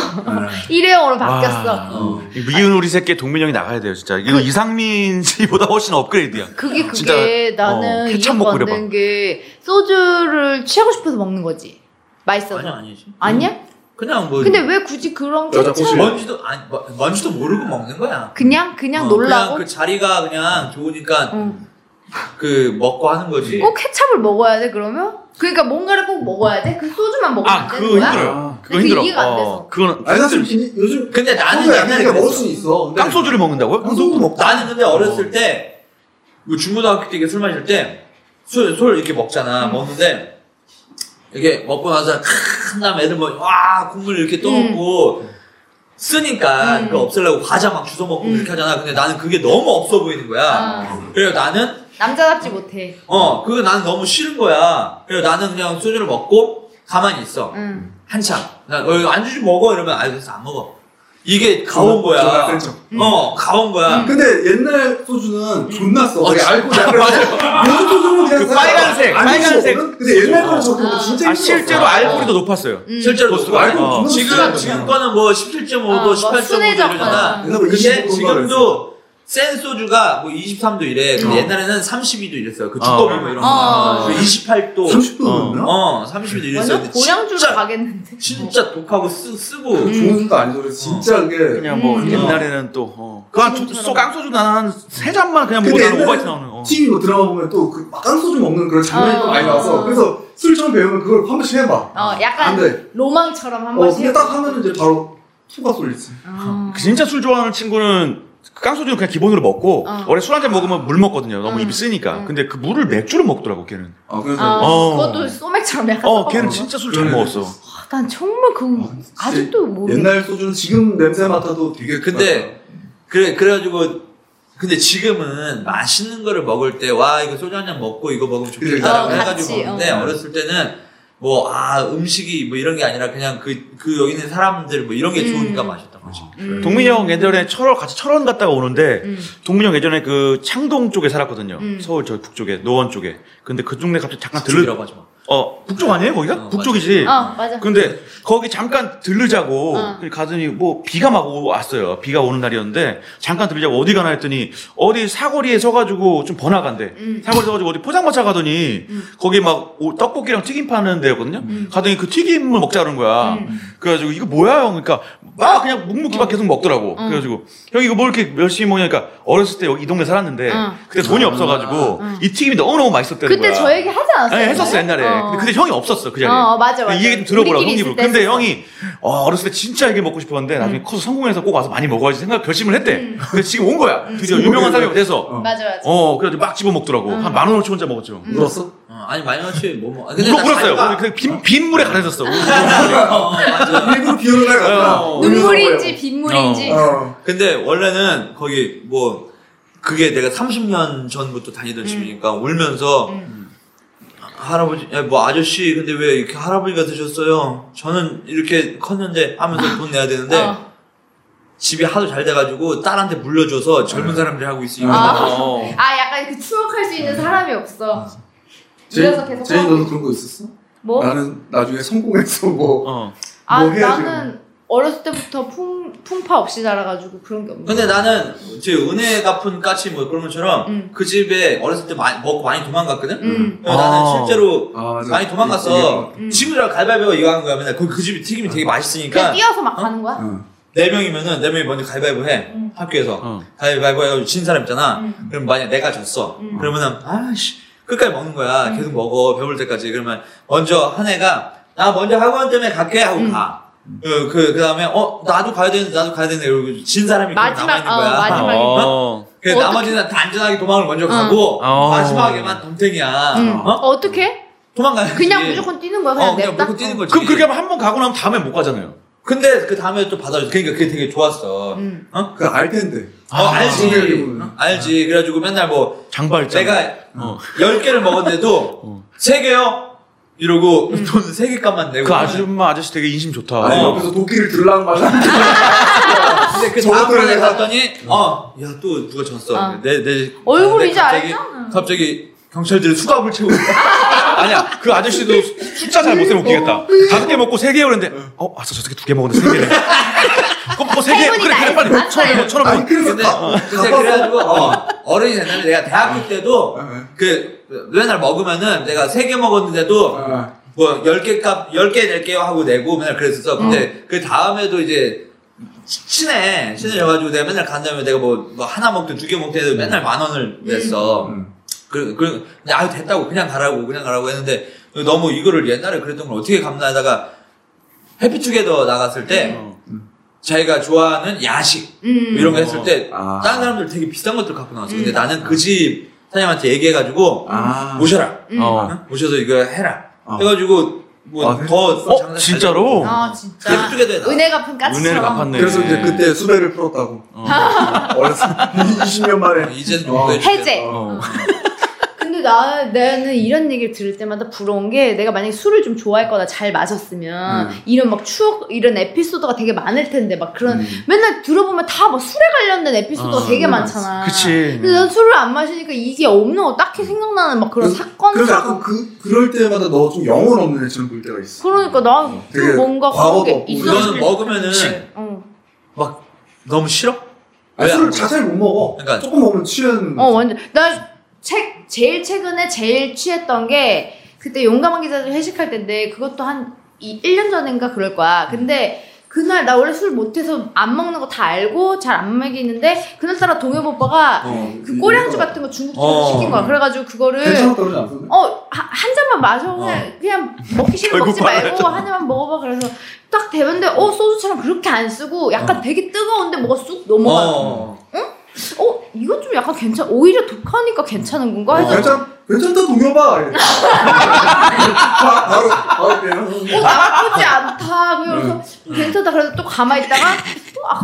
Speaker 3: 일회용으로
Speaker 4: 아.
Speaker 3: 바뀌었어.
Speaker 2: 와, 아, 이 미운 우리 새끼 동민 형이 나가야 돼요, 진짜. 이거 이상민 [LAUGHS] 씨보다 훨씬 업그레이드야.
Speaker 3: 그게
Speaker 2: 진짜,
Speaker 3: 그게
Speaker 2: 어,
Speaker 3: 나는
Speaker 2: 케찹
Speaker 3: 이해가
Speaker 2: 먹고
Speaker 3: 안
Speaker 2: 그래봐.
Speaker 3: 되는 게 소주를 취하고 싶어서 먹는 거지.
Speaker 4: 아니
Speaker 3: 맛있어서.
Speaker 4: 아니지.
Speaker 3: 아니야?
Speaker 4: 그냥 뭐.
Speaker 3: 근데 왜 굳이 그런
Speaker 5: 여자
Speaker 3: 케찹?
Speaker 5: 꼬치.
Speaker 4: 뭔지도 아니 뭐- 뭔지도 모르고 먹는 거야.
Speaker 3: 그냥 그냥
Speaker 4: 어,
Speaker 3: 놀라고.
Speaker 4: 그 자리가 그냥 좋으니까
Speaker 3: 응.
Speaker 4: 그 먹고 하는 거지.
Speaker 3: 꼭 케찹을 먹어야 돼 그러면? 그러니까 뭔가를 꼭 먹어야 돼? 그 소주만 먹으면
Speaker 2: 아,
Speaker 3: 안
Speaker 2: 그거
Speaker 3: 되는 거야?
Speaker 2: 힘들어요. 그거
Speaker 3: 그게
Speaker 2: 힘들어.
Speaker 3: 이해가 안
Speaker 2: 어,
Speaker 3: 돼서.
Speaker 2: 그거는
Speaker 5: 아니 사실 이- 요즘
Speaker 4: 근데 나는
Speaker 5: 소주야.
Speaker 4: 옛날에
Speaker 5: 그러니까 먹을
Speaker 4: 그랬어.
Speaker 5: 수 있어. 근데
Speaker 2: 깡소주를 먹는다고요?
Speaker 5: 깡소주 먹.
Speaker 4: 어, 나는 근데 어렸을 때, 뭐 중고등학교 때 이렇게 술 마실 때, 술, 술 이렇게
Speaker 3: 음.
Speaker 4: 먹잖아. 먹는데, 이렇게 먹고 나서, 큰 다음에 애들 뭐, 와, 국물 이렇게 떠먹고, 쓰니까,
Speaker 3: 음.
Speaker 4: 그거 없애려고 과자 막 주워 먹고
Speaker 3: 음.
Speaker 4: 이렇게 하잖아. 근데 나는 그게 너무 없어 보이는 거야.
Speaker 3: 아.
Speaker 4: 그래서 나는,
Speaker 3: 남자답지 못해.
Speaker 4: 어, 그거 나는 너무 싫은 거야. 그래서 나는 그냥 소주를 먹고, 가만히 있어.
Speaker 3: 응.
Speaker 4: 한참. 난, 어, 안주 좀 먹어. 이러면, 아, 그래서 안 먹어. 이게
Speaker 3: 음.
Speaker 4: 가온
Speaker 5: 존나
Speaker 4: 거야.
Speaker 5: 센 척.
Speaker 4: 어, 가온 거야.
Speaker 5: 근데 옛날 소주는 존나 써.
Speaker 4: 어,
Speaker 5: 되게 알코올 약간. 요즘 소주는 그냥
Speaker 2: 그
Speaker 5: 사실
Speaker 2: 빨간색,
Speaker 5: 안
Speaker 2: 빨간색.
Speaker 5: 먹는- 근데 옛날 거는 저거
Speaker 3: 아.
Speaker 5: 진짜
Speaker 2: 아,
Speaker 5: 힘들었어.
Speaker 2: 실제로 알코올이 더 높았어요.
Speaker 3: 음.
Speaker 4: 실제로
Speaker 2: 보스
Speaker 4: 높고
Speaker 2: 말고
Speaker 4: 어.
Speaker 5: 존나
Speaker 4: 지금
Speaker 5: 순하잖아.
Speaker 4: 지금 거는 뭐 17.5도
Speaker 3: 어, 뭐
Speaker 4: 18.5도
Speaker 3: 순해졌구나.
Speaker 4: 이러잖아.
Speaker 5: 옛날에
Speaker 4: 근데
Speaker 5: 25
Speaker 4: 지금도 센 소주가 뭐 23도 이래. 근데
Speaker 3: 어.
Speaker 4: 옛날에는 32도 이랬어요. 그 두꺼비 뭐 이런 거.
Speaker 3: 어.
Speaker 4: 28도.
Speaker 5: 30분이었나?
Speaker 4: 어, 30도 이랬어요.
Speaker 3: 완전
Speaker 4: 근데
Speaker 3: 고량주로
Speaker 4: 진짜,
Speaker 3: 가겠는데.
Speaker 4: 진짜 독하고 쓰, 쓰고.
Speaker 5: 좋은 술도 아니죠. 그래서 진짜 그게
Speaker 2: 그냥 뭐
Speaker 3: 음.
Speaker 2: 옛날에는 또 어. 그한
Speaker 3: 지금처럼.
Speaker 2: 깡소주 나는 세 잔만 그냥
Speaker 5: 근데
Speaker 2: 먹고 나는
Speaker 5: 옛날에는
Speaker 2: 오바이트 나오는 거. 어.
Speaker 5: TV 뭐 드라마 보면 또그 깡소주 먹는 그런 장면이 또
Speaker 3: 어.
Speaker 5: 많이 나와서 그래서 술 처음 배우면 그걸 한 번씩 해봐.
Speaker 3: 어,
Speaker 5: 안
Speaker 3: 약간
Speaker 5: 돼.
Speaker 3: 로망처럼 한
Speaker 5: 어,
Speaker 3: 번씩.
Speaker 5: 근데 딱 하면 이제 그 바로 토가 쏠리지.
Speaker 3: 어.
Speaker 2: 그 진짜 술 좋아하는 친구는 깡소주는 그냥 기본으로 먹고
Speaker 3: 어.
Speaker 2: 원래 술 한 잔 먹으면 물 먹거든요. 너무
Speaker 3: 음.
Speaker 2: 입이 쓰니까.
Speaker 3: 음.
Speaker 2: 근데 그 물을 맥주로 먹더라고 걔는.
Speaker 5: 아,
Speaker 3: 아,
Speaker 5: 그래서.
Speaker 2: 어.
Speaker 3: 그것도 소맥처럼 약간.
Speaker 2: 어, 걔는
Speaker 3: 섞어먹는
Speaker 2: 진짜 술 잘
Speaker 5: 그래.
Speaker 2: 먹었어.
Speaker 3: 거. 난 정말 그거
Speaker 5: 아, 진짜
Speaker 3: 아직도 모르겠어.
Speaker 5: 옛날 소주는 지금 냄새 맡아도 되게.
Speaker 4: 근데 그래 그래가지고 근데 지금은 맛있는 거를 먹을 때 와 이거 소주 한 잔 먹고 이거 먹으면
Speaker 5: 그래.
Speaker 4: 좋겠다라고
Speaker 3: 어,
Speaker 4: 해가지고
Speaker 3: 같이,
Speaker 4: 먹는데
Speaker 3: 어.
Speaker 4: 어. 렸을 때는 뭐, 아, 음식이 뭐 이런 게 아니라 그냥 그, 그 여기 있는 사람들 뭐 이런 게 좋으니까
Speaker 3: 음.
Speaker 4: 마셨던 거지.
Speaker 3: 음.
Speaker 2: 동민이 형 예전에 철원 같이 철원 갔다가 오는데
Speaker 3: 음.
Speaker 2: 동민이 형 예전에 그 창동 쪽에 살았거든요.
Speaker 3: 음.
Speaker 2: 서울 저 북쪽에 노원 쪽에. 근데 그 동네 갑자기 잠깐 들르
Speaker 4: 들으라고 하지 마.
Speaker 2: 어 북쪽 아니에요 거기가?
Speaker 4: 어,
Speaker 2: 북쪽이지.
Speaker 3: 어 맞아.
Speaker 2: 근데 거기 잠깐 들르자고
Speaker 3: 어.
Speaker 2: 그래서 가더니 뭐 비가 막 오- 왔어요. 비가 오는 날이었는데 잠깐 들르자고 어디 가나 했더니 어디 사거리에 서가지고 좀 번화가인데
Speaker 3: 음.
Speaker 2: 사거리 서가지고 어디 포장마차 가더니
Speaker 3: 음.
Speaker 2: 거기 막 오- 떡볶이랑 튀김 파는 데였거든요.
Speaker 3: 음.
Speaker 2: 가더니 그 튀김을 먹자는 거야.
Speaker 3: 음. 어.
Speaker 2: 그래가지고 이거 뭐야 형? 그러니까 막 그냥 묵묵히 막 계속 먹더라고. 그래가지고 형 이거 뭐 이렇게 열심히 먹냐니까 어렸을 때 여기 이 동네 살았는데
Speaker 3: 어.
Speaker 2: 그때 돈이
Speaker 4: 아.
Speaker 2: 없어가지고
Speaker 3: 어.
Speaker 2: 이 튀김이 너무너무 맛있었다는
Speaker 3: 그때
Speaker 2: 거야.
Speaker 3: 저 얘기 하지 않았어요?
Speaker 2: 네, 했었어 옛날에.
Speaker 3: 어.
Speaker 2: 근데 그때 형이 없었어 그 자리에.
Speaker 3: 어, 맞아, 맞아.
Speaker 2: 이 얘기 좀 들어보라고
Speaker 3: 우리끼리
Speaker 2: 형
Speaker 3: 있을
Speaker 2: 입으로.
Speaker 3: 때
Speaker 2: 근데
Speaker 3: 했었어.
Speaker 2: 형이 어, 어렸을 때 진짜 이게 먹고 싶었는데 나중에 커서 성공해서 꼭 와서 많이 먹어야지 생각 결심을 했대.
Speaker 3: 음.
Speaker 2: 근데 지금 온 거야. 드디어 유명한 사람이 돼서.
Speaker 5: 어.
Speaker 3: 맞아 맞아.
Speaker 2: 어 그래가지고 막 집어 먹더라고.
Speaker 3: 음.
Speaker 2: 한 만 원어치 혼자 먹었죠.
Speaker 5: 울었어?
Speaker 4: 어, 아니, 많이 마시면 뭐, 뭐. 아,
Speaker 2: 울어
Speaker 4: 나
Speaker 2: 울었어요.
Speaker 4: 자기가-
Speaker 2: 그냥 빈, 빗물에
Speaker 3: 음.
Speaker 2: 가려졌어.
Speaker 4: 어, 맞아.
Speaker 5: 일부러 비 오는 날 갔다.
Speaker 4: 어.
Speaker 3: 눈물인지 빗물인지.
Speaker 5: [LAUGHS] 어.
Speaker 4: 근데 원래는 거기 뭐, 그게 내가 30년 전부터 다니던 집이니까 울면서
Speaker 3: 음.
Speaker 4: 할아버지, 야, 뭐 아저씨, 근데 왜 이렇게 할아버지가 되셨어요? 저는 이렇게 컸는데 하면서 돈 내야 되는데
Speaker 3: 어.
Speaker 4: 집이 하도 잘 돼가지고 딸한테 물려줘서
Speaker 2: 음.
Speaker 4: 젊은 사람들이 하고 있으니까.
Speaker 3: 아.
Speaker 4: 어.
Speaker 3: 아 약간 그 추억할 수 있는 사람이 없어.
Speaker 5: 제이,
Speaker 3: 그래서 계속
Speaker 5: 아. 제이
Speaker 3: 하고
Speaker 5: 너도 그런 거 있었어?
Speaker 3: 뭐?
Speaker 5: 나는 나중에 성공해서 뭐
Speaker 2: 어.
Speaker 3: 아
Speaker 5: 뭐 해야지,
Speaker 3: 나는 어렸을 때부터 풍 풍파 없이 자라가지고 그런 게 없는.
Speaker 4: 근데 나는 제 은혜 갚은 까치 뭐 그런 것처럼
Speaker 3: 음.
Speaker 4: 그 집에 어렸을 때 많이 먹고 많이 도망갔거든?
Speaker 3: 음.
Speaker 4: 그래서 나는
Speaker 2: 아.
Speaker 4: 실제로
Speaker 5: 아, 맞아.
Speaker 4: 많이 도망갔어.
Speaker 5: 이게-
Speaker 3: 음.
Speaker 4: 친구들이랑 갈바위보 이거 한 거야. 맨날 그, 그 집이 튀김이
Speaker 2: 아.
Speaker 4: 되게
Speaker 3: 그냥
Speaker 2: 그러니까
Speaker 4: 맛있으니까
Speaker 3: 뛰어서 막
Speaker 4: 어?
Speaker 3: 가는 거야?
Speaker 5: 어.
Speaker 4: 네 명이면은 네 명이 먼저 갈바위보 해.
Speaker 3: 음.
Speaker 4: 학교에서.
Speaker 2: 어.
Speaker 4: 가위바위보 해가지고 진 사람 있잖아.
Speaker 3: 음.
Speaker 4: 그럼 만약 내가 졌어.
Speaker 3: 음.
Speaker 4: 그러면은, 아씨, 끝까지 먹는 거야. 계속 먹어. 배울 때까지. 그러면 먼저 한 애가, 나 먼저 학원 때문에 갈게 하고
Speaker 3: 음.
Speaker 4: 가. 그, 그, 그 다음에, 어, 나도 가야 되는데, 나도 가야 되는데, 그리고 진 사람이 그럼
Speaker 3: 마지막,
Speaker 4: 남아있는
Speaker 3: 어,
Speaker 4: 거야.
Speaker 3: 마지막. 마지막에.
Speaker 2: 어.
Speaker 4: 그래서
Speaker 3: 어떡해.
Speaker 4: 나머지는 다 안전하게 도망을 먼저 가고,
Speaker 2: 어.
Speaker 4: 마지막에만
Speaker 2: 아,
Speaker 4: 덤탱이야.
Speaker 3: 응.
Speaker 4: 어?
Speaker 3: 어? 떻게
Speaker 4: 도망가야지.
Speaker 3: 그냥 무조건 뛰는 거야? 그냥
Speaker 4: 어, 그냥
Speaker 3: 냅다?
Speaker 4: 무조건 뛰는 거지.
Speaker 2: 그럼 그렇게 하면 한 번 가고 나면 다음에 못 가잖아요.
Speaker 4: 근데 그 다음에 또 받아줘. 그러니까 그게 되게 좋았어.
Speaker 3: 음.
Speaker 4: 어?
Speaker 5: 그거 알 텐데.
Speaker 4: 어, 알지. 어,
Speaker 5: 신기하게 보네.
Speaker 4: 알지. 그래가지고 맨날 뭐,
Speaker 2: 장발장.
Speaker 4: 내가
Speaker 2: 어.
Speaker 4: 10개를
Speaker 5: 어.
Speaker 4: 먹었는데도 3개요? 이러고
Speaker 3: 음.
Speaker 4: 돈 3개값만 내고
Speaker 2: 그 아줌마 아저씨 되게 인심 좋다.
Speaker 5: 아,
Speaker 4: 어.
Speaker 5: 옆에서 도끼를 들락말락.
Speaker 4: 근데 그
Speaker 5: 저거
Speaker 4: 다음번에
Speaker 5: 들어가.
Speaker 4: 갔더니 어야 또 누가 졌어
Speaker 3: 어.
Speaker 4: 내, 내
Speaker 3: 얼굴
Speaker 4: 내
Speaker 3: 이제
Speaker 4: 갑자기-
Speaker 3: 알잖아.
Speaker 4: 갑자기 경찰들이 수갑을 채우고
Speaker 5: [LAUGHS]
Speaker 2: 아니야, 그 아저씨도 숫자 잘 못 세면 웃기겠다. 다섯 개 먹고 세 개 오는데, 어, 아싸, 저 새끼 두 개 먹었는데 세 개네. 그럼 뭐세 개,
Speaker 3: 행운이다,
Speaker 2: 그래, 그래,
Speaker 3: 행운.
Speaker 2: 빨리. 천 원, 천
Speaker 5: 아니
Speaker 2: 원.
Speaker 5: 그래서
Speaker 4: 근데,
Speaker 5: 가-
Speaker 4: 근데
Speaker 5: 가봤어.
Speaker 4: 그래가지고 어, 어른이 됐는데 내가 대학교 때도
Speaker 5: 어.
Speaker 4: 그 맨날 먹으면은 내가 3개 먹었는데도
Speaker 5: 아,
Speaker 4: 뭐 10개 값, 10개 낼게요 하고 내고 맨날 그랬었어. 근데 그 다음에도 이제 치- 친해. 친해져가지고 내가 맨날 간 다음에 내가 뭐, 뭐 하나 먹든 두 개 먹든 해도 맨날 만 원을 냈어.
Speaker 5: 음.
Speaker 4: 그, 그, 근데 아유, 됐다고. 그냥 가라고. 그냥 가라고 했는데 너무 이거를 옛날에 그랬던 걸 어떻게 감당하다가 해피투게더 나갔을 때
Speaker 2: 어.
Speaker 4: 자기가 좋아하는 야식
Speaker 3: 음.
Speaker 4: 이런 거 했을 때
Speaker 5: 아.
Speaker 4: 다른 사람들 되게 비싼 것들 갖고 나왔어. 근데
Speaker 3: 음.
Speaker 4: 나는 그 집 사장님한테 얘기해가지고
Speaker 5: 아.
Speaker 4: 모셔라.
Speaker 3: 음.
Speaker 2: 어.
Speaker 4: 어? 모셔서 이거 해라.
Speaker 5: 어.
Speaker 4: 해가지고
Speaker 5: 아,
Speaker 4: 뭐
Speaker 5: 그래?
Speaker 4: 더
Speaker 2: 어, 진짜로?
Speaker 3: 아 진짜.
Speaker 4: 예쁘게 되나?
Speaker 3: 은혜 갚은 까치처럼.
Speaker 2: 은혜를 갚았네.
Speaker 5: 그래서 이제 그때 수배를 풀었다고.
Speaker 2: 어.
Speaker 5: [LAUGHS] 어렸을 때 20년 만에.
Speaker 4: 이제는
Speaker 2: 아.
Speaker 5: 어.
Speaker 4: 용서해
Speaker 3: 해제.
Speaker 5: 어.
Speaker 3: 근데 나 나는 이런 얘기를 들을 때마다 부러운 게 내가 만약에 술을 좀 좋아했거나 잘 마셨으면
Speaker 5: 음.
Speaker 3: 이런 막 추억 이런 에피소드가 되게 많을 텐데 막 그런
Speaker 5: 음.
Speaker 3: 맨날 들어보면 다 막 술에 관련된 에피소드가
Speaker 2: 어,
Speaker 3: 되게 많잖아.
Speaker 2: 그치.
Speaker 3: 근데 난 술을 안 마시니까 이게 없는 거 딱히 생각나는 막 그런
Speaker 5: 그-
Speaker 3: 사건
Speaker 5: 그래서
Speaker 3: 사고
Speaker 5: 약간 그 그럴 때마다 너 좀 영혼 없는 애처럼 볼 때가 있어.
Speaker 3: 그러니까 나
Speaker 5: 되게
Speaker 3: 그 뭔가
Speaker 5: 과거도
Speaker 3: 그런 게
Speaker 5: 없고
Speaker 3: 있어.
Speaker 4: 이거는 먹으면은
Speaker 3: 어.
Speaker 4: 막 너무 싫어?
Speaker 5: 아니,
Speaker 4: 왜안
Speaker 5: 술을
Speaker 4: 먹어?
Speaker 5: 자세히 못 먹어.
Speaker 4: 그러니까-
Speaker 5: 조금 먹으면 취한.
Speaker 3: 어 완전 나 책 제일 최근에 제일 취했던 게 그때 용감한 기자들 회식할 때인데 그것도 한 이, 1년 전인가 그럴 거야. 근데 그날 나 원래 술 못해서 안 먹는 거 다 알고 잘 안 먹이는데 그날따라 동엽 오빠가
Speaker 5: 어.
Speaker 3: 그 꼬량주 같은 거 중국집에서
Speaker 4: 어.
Speaker 3: 시킨 거야. 그래가지고 그거를
Speaker 5: 괜찮았다 그러지 않았었나?
Speaker 3: 어한 잔만 마셔 그냥, 그냥 먹기 싫으면
Speaker 2: 결국
Speaker 3: 먹지 말고 한 잔만 먹어봐 그래서 딱 대는데 어 소주처럼 그렇게 안 쓰고 약간 되게 뜨거운데 뭐가 쑥 어. 넘어가
Speaker 4: 어.
Speaker 3: 어 이건 좀 약간 괜찮 오히려 독하니까 괜찮은
Speaker 5: 어,
Speaker 3: 건가 해서
Speaker 5: 괜찮 괜찮다 동료봐. 이래. 바- 바로 바로 그냥.
Speaker 3: 어 나쁘지 않다 그래서 괜찮다 그래서 또 가만히 있다가 아까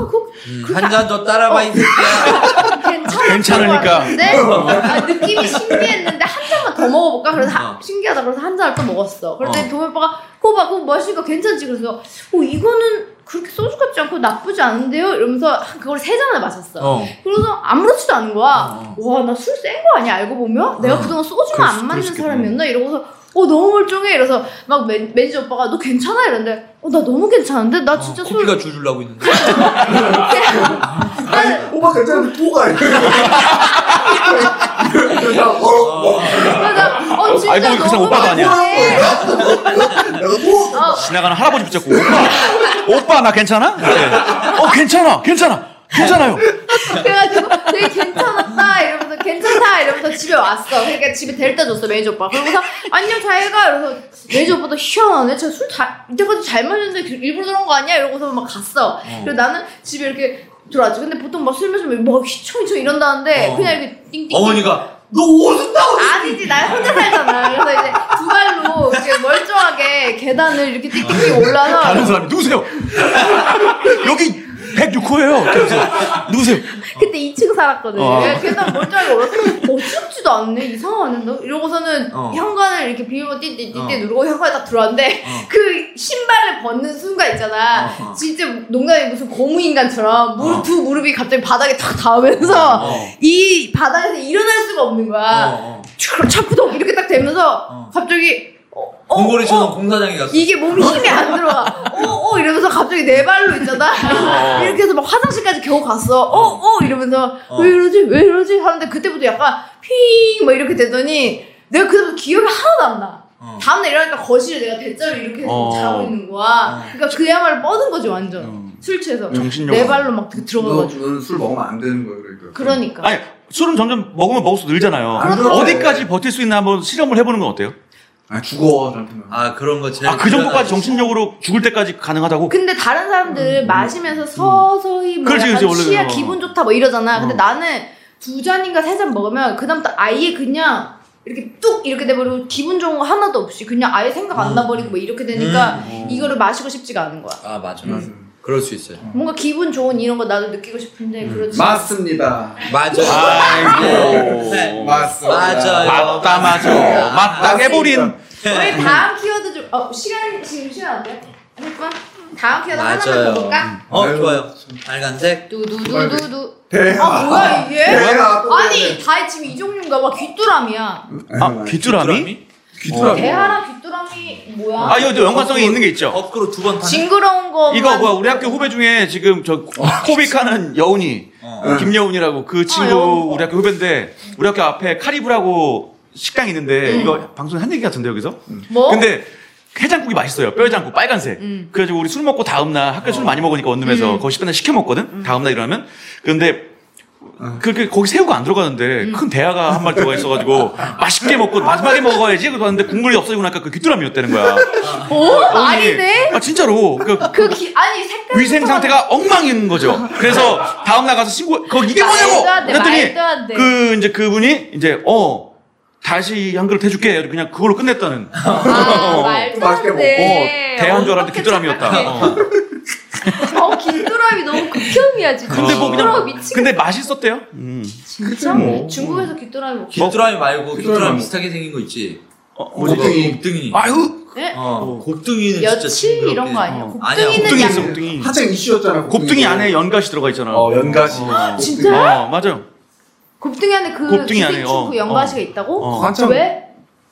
Speaker 3: 그
Speaker 4: 음, 한 잔 더 따라봐 이 새끼야.
Speaker 3: 괜찮았을
Speaker 2: 괜찮으니까.
Speaker 3: 것 같은데 아, 느낌이 신기했는데 한 잔만 더 먹어볼까? 그래서 하-
Speaker 4: 어.
Speaker 3: 신기하다 그래서 한 잔을 또 먹었어. 그랬더니
Speaker 4: 어.
Speaker 3: 동오빠가 그거 봐 그거 마시니까 괜찮지? 그래서 어 이거는 그렇게 소주 같지 않고 나쁘지 않은데요? 이러면서 한- 그걸 세 잔을 마셨어.
Speaker 4: 어.
Speaker 3: 그래서 아무렇지도 않은 거야.
Speaker 4: 어.
Speaker 3: 와 나 술 센 거 아니야? 알고 보면 내가
Speaker 4: 어.
Speaker 3: 그동안 소주만
Speaker 2: 그럴 수-
Speaker 3: 안 맞는
Speaker 2: 그럴 수 있겠네.
Speaker 3: 사람이었나? 이러고서 어 너무 멀쩡해 이래서 막 매, 매니저 오빠가 너 괜찮아? 이랬는데 어 나 너무 괜찮은데 나 진짜
Speaker 4: 어,
Speaker 3: 술 아,
Speaker 4: 코피가 줄줄라고 있는데.
Speaker 3: [LAUGHS] 나-
Speaker 5: 오빠 괜찮은데 뭐가 이래. 내가 어,
Speaker 4: 어.
Speaker 3: 그래서 어 진짜
Speaker 2: 알고 보니까 그 사람
Speaker 3: 너무
Speaker 2: 오빠가 아니야. 어.
Speaker 3: 멀쩡해.
Speaker 5: 내가 뭐?
Speaker 3: 어,
Speaker 2: 지나가는 할아버지 붙잡고 오빠, 오빠 나 괜찮아? 네. 어 괜찮아 괜찮아 괜찮아요.
Speaker 3: 그래가지고 되게 괜찮았다 이러면서 괜찮다 이러면서 집에 왔어. 그러니까 집에 데려다 줬어 매니저 오빠. 그러고서 안녕 잘 가. 이러면서 매니저 오빠도 희한하네. 제술다 이때까지 잘 마셨는데 그- 일부러 그런 거 아니야? 이러고서 막 갔어. 그리고 나는 집에 이렇게 들어왔지. 근데 보통 막 술 마시면 막 휘청휘청 이런다는데
Speaker 4: 어.
Speaker 3: 그냥 이렇게 띵띵.
Speaker 4: 어머니가 너 옷은 나
Speaker 3: 아니지 나 혼자 살잖아. 그래서 이제 두 발로 이렇게 멀쩡하게 계단을 이렇게 띵띵띵 올라서
Speaker 2: 다른 사람이 누구세요? 여기 106호예요. 누구세요?
Speaker 3: 그때 2층 살았거든.
Speaker 2: 어.
Speaker 3: 그래서 멀쩡하게 올라서 어지럽지도 뭐 않네. 이상하네. 너 이러고서는
Speaker 4: 어.
Speaker 3: 현관을 이렇게 비밀번호 띠띠띠
Speaker 4: 어.
Speaker 3: 누르고 현관에 딱 들어왔는데
Speaker 4: 어.
Speaker 3: 그 신발을 벗는 순간 있잖아.
Speaker 4: 어, 어.
Speaker 3: 진짜 농담이 무슨 고무인간처럼 무릎,
Speaker 4: 어.
Speaker 3: 두 무릎이 갑자기 바닥에 탁 닿으면서
Speaker 4: 어.
Speaker 3: 이 바닥에서 일어날 수가 없는 거야.
Speaker 4: 어, 어.
Speaker 3: 차푸동 이렇게 딱 되면서
Speaker 4: 어.
Speaker 3: 갑자기 어, 어,
Speaker 4: 공고리처럼
Speaker 3: 어.
Speaker 4: 공사장에 갔어.
Speaker 3: 이게 몸이 힘이 안 들어가. 어, 어, 이러면서 갑자기 네 발로
Speaker 2: 어.
Speaker 3: 있잖아. 이렇게 해서 막 화장실까지 겨우 갔어. 어, 어, 이러면서
Speaker 4: 어.
Speaker 3: 왜 이러지? 왜 이러지? 하는데 그때부터 약간 핑! 막 이렇게 되더니 내가 그때부터 기억이 하나도 안 나.
Speaker 4: 어.
Speaker 3: 다음날 일어나니까 거실에 내가 대자로 이렇게 해서
Speaker 2: 어.
Speaker 3: 자고 있는 거야.
Speaker 4: 어.
Speaker 3: 그러니까 그야말로 뻗은 거지, 완전.
Speaker 2: 음.
Speaker 3: 술 취해서.
Speaker 2: 정신력.
Speaker 3: 네 발로 막
Speaker 5: 너,
Speaker 3: 들어가가지고.
Speaker 5: 너는 술 먹으면 안 되는 거야 그러니까.
Speaker 3: 그러니까.
Speaker 2: 아니 술은 점점 먹으면 먹을수록 늘잖아요.
Speaker 5: 그렇죠.
Speaker 2: 어디까지 버틸 수 있나 한번 실험을 해보는 건 어때요?
Speaker 5: 아 죽어 남편은.
Speaker 4: 아 그런 거 제일
Speaker 2: 아 그 정도까지
Speaker 4: 불편하지.
Speaker 2: 정신력으로 죽을 때까지 가능하다고?
Speaker 3: 근데 다른 사람들 마시면서 서서히 뭐
Speaker 2: 음, 그렇지, 어.
Speaker 3: 약간
Speaker 2: 그렇지, 원래
Speaker 3: 취해
Speaker 2: 그런 거.
Speaker 3: 기분 좋다 뭐 이러잖아. 근데 나는 두 잔인가 세 잔 먹으면 그다음부터 아예 그냥 이렇게 뚝 이렇게 돼버리고 기분 좋은 거 하나도 없이 그냥 아예 생각
Speaker 2: 음.
Speaker 3: 안 나버리고 뭐 이렇게 되니까 이거를 마시고 싶지가 않은 거야.
Speaker 4: 아 맞아 맞아.
Speaker 5: 맞아.
Speaker 2: 음.
Speaker 4: 그럴 수 있어요.
Speaker 3: 뭔가 기분 좋은 이런 거 나도 느끼고 싶은데 그렇지.
Speaker 5: 맞습니다.
Speaker 4: 맞아.
Speaker 2: 아이고.
Speaker 4: 네.
Speaker 5: 맞습니다.
Speaker 4: 맞아요.
Speaker 2: 맞다 맞아. 맞다 해버린. 네.
Speaker 3: 우리 다음 키워드 좀 어, 시간 지금 시간 어때? 10분? 다음 키워드 하나만
Speaker 4: 맞아요.
Speaker 3: 더 볼까?
Speaker 4: 어
Speaker 5: 음. 아유,
Speaker 4: 좋아요.
Speaker 5: 참.
Speaker 2: 음.
Speaker 4: 빨간색.
Speaker 3: 두두두두두. 아
Speaker 5: 대박.
Speaker 3: 뭐야 이게?
Speaker 5: 대박.
Speaker 3: 아니 다 지금 이종류인가 봐 귀뚜라미야.
Speaker 2: 아 귀뚜라미?
Speaker 5: 귀뚜라미.
Speaker 3: 대하랑 귀뚜라미 뭐야?
Speaker 2: 아 이거 저 연관성이
Speaker 4: 거꾸로-
Speaker 2: 있는 게 있죠.
Speaker 4: 어, 거꾸로 두번 타.
Speaker 5: 어?
Speaker 3: 징그러운 거.
Speaker 2: 이거 뭐야 우리 학교 후배 중에 지금 저 코빅하는 여운이
Speaker 4: 어.
Speaker 5: 응.
Speaker 2: 김여운이라고 그 친구
Speaker 3: 아, 여운.
Speaker 2: 우리 학교 후배인데 우리 학교 앞에 카리브라고 식당 있는데
Speaker 3: 음.
Speaker 2: 이거 방송에 한 얘기 같은데 여기서?
Speaker 3: 뭐?
Speaker 2: 근데 해장국이 맛있어요. 뼈해장국 빨간색.
Speaker 3: 음.
Speaker 2: 그래가지고 우리 술 먹고 다음날 학교 에술
Speaker 3: 어.
Speaker 2: 많이 먹으니까 원룸에서 거기 식당에 시켜 먹거든. 다음날 일어나면 근데 그렇게 거기 새우가 안 들어가는데
Speaker 3: 음.
Speaker 2: 큰 대하가 한 마리 들어가
Speaker 3: [LAUGHS]
Speaker 2: 있어가지고 맛있게 먹고 마지막에 먹어야지 그러고 왔는데 국물이 없어지고 나니까 그 귀뚜라미였다는 거야.
Speaker 3: 오
Speaker 2: 여운이.
Speaker 3: [LAUGHS] 아니네.
Speaker 2: 아 진짜로. 그러니까
Speaker 3: 어? 그 기, 아니 색깔.
Speaker 2: 위생 상태가 엉망인 거죠. 그래서 다음 날 가서 신고 거 이게 뭐냐고
Speaker 3: 말도 안 돼,
Speaker 2: 그랬더니
Speaker 3: 말도 안 돼.
Speaker 2: 그 이제 그분이 이제 어 다시 한 그릇 해줄게 그냥 그걸로 끝냈다는. [LAUGHS]
Speaker 3: 아 말도
Speaker 5: 맛있게
Speaker 3: 안 돼.
Speaker 2: 어, 대한 줄 알았는데
Speaker 3: 그 어떻게
Speaker 2: 귀뚜라미였다.
Speaker 3: 착각해.
Speaker 2: 어.
Speaker 3: 어 귀뚜라미 너무 극혐이야 지금.
Speaker 2: 근데 뭐 그냥
Speaker 3: 어. 귀뚜라미 미치겠.
Speaker 2: 근데 맛있었대요. 음.
Speaker 3: 진짜
Speaker 5: 뭐.
Speaker 3: 중국에서 귀뚜라미 먹.
Speaker 4: 귀뚜라미 말고
Speaker 5: 귀뚜라미
Speaker 4: 귀뚜라미
Speaker 5: 말고. 어,
Speaker 4: 비슷하게 생긴 거 있지.
Speaker 5: 뭐지? 곱등이.
Speaker 4: 곱등이.
Speaker 2: 어, 아유
Speaker 3: 네?
Speaker 4: 어. 곱등이는 진짜
Speaker 3: 여친
Speaker 4: 징그럽게
Speaker 3: 이런 거 아니야?
Speaker 2: 어.
Speaker 4: 아니야,
Speaker 3: 곱등이는
Speaker 2: 곱등이
Speaker 3: 약.
Speaker 2: 있어 곱등이.
Speaker 5: 한창 이슈였잖아.
Speaker 2: 곱등이 안에 연가시 들어가 있잖아.
Speaker 5: 어 연가시.
Speaker 3: 진짜?
Speaker 2: 어, 맞아요.
Speaker 3: 곱등이 안에 그
Speaker 2: 곱등이
Speaker 3: 기생충
Speaker 2: 안에, 어,
Speaker 3: 그 연가시가 있다고? 그
Speaker 2: 어.
Speaker 5: 한참
Speaker 3: 왜?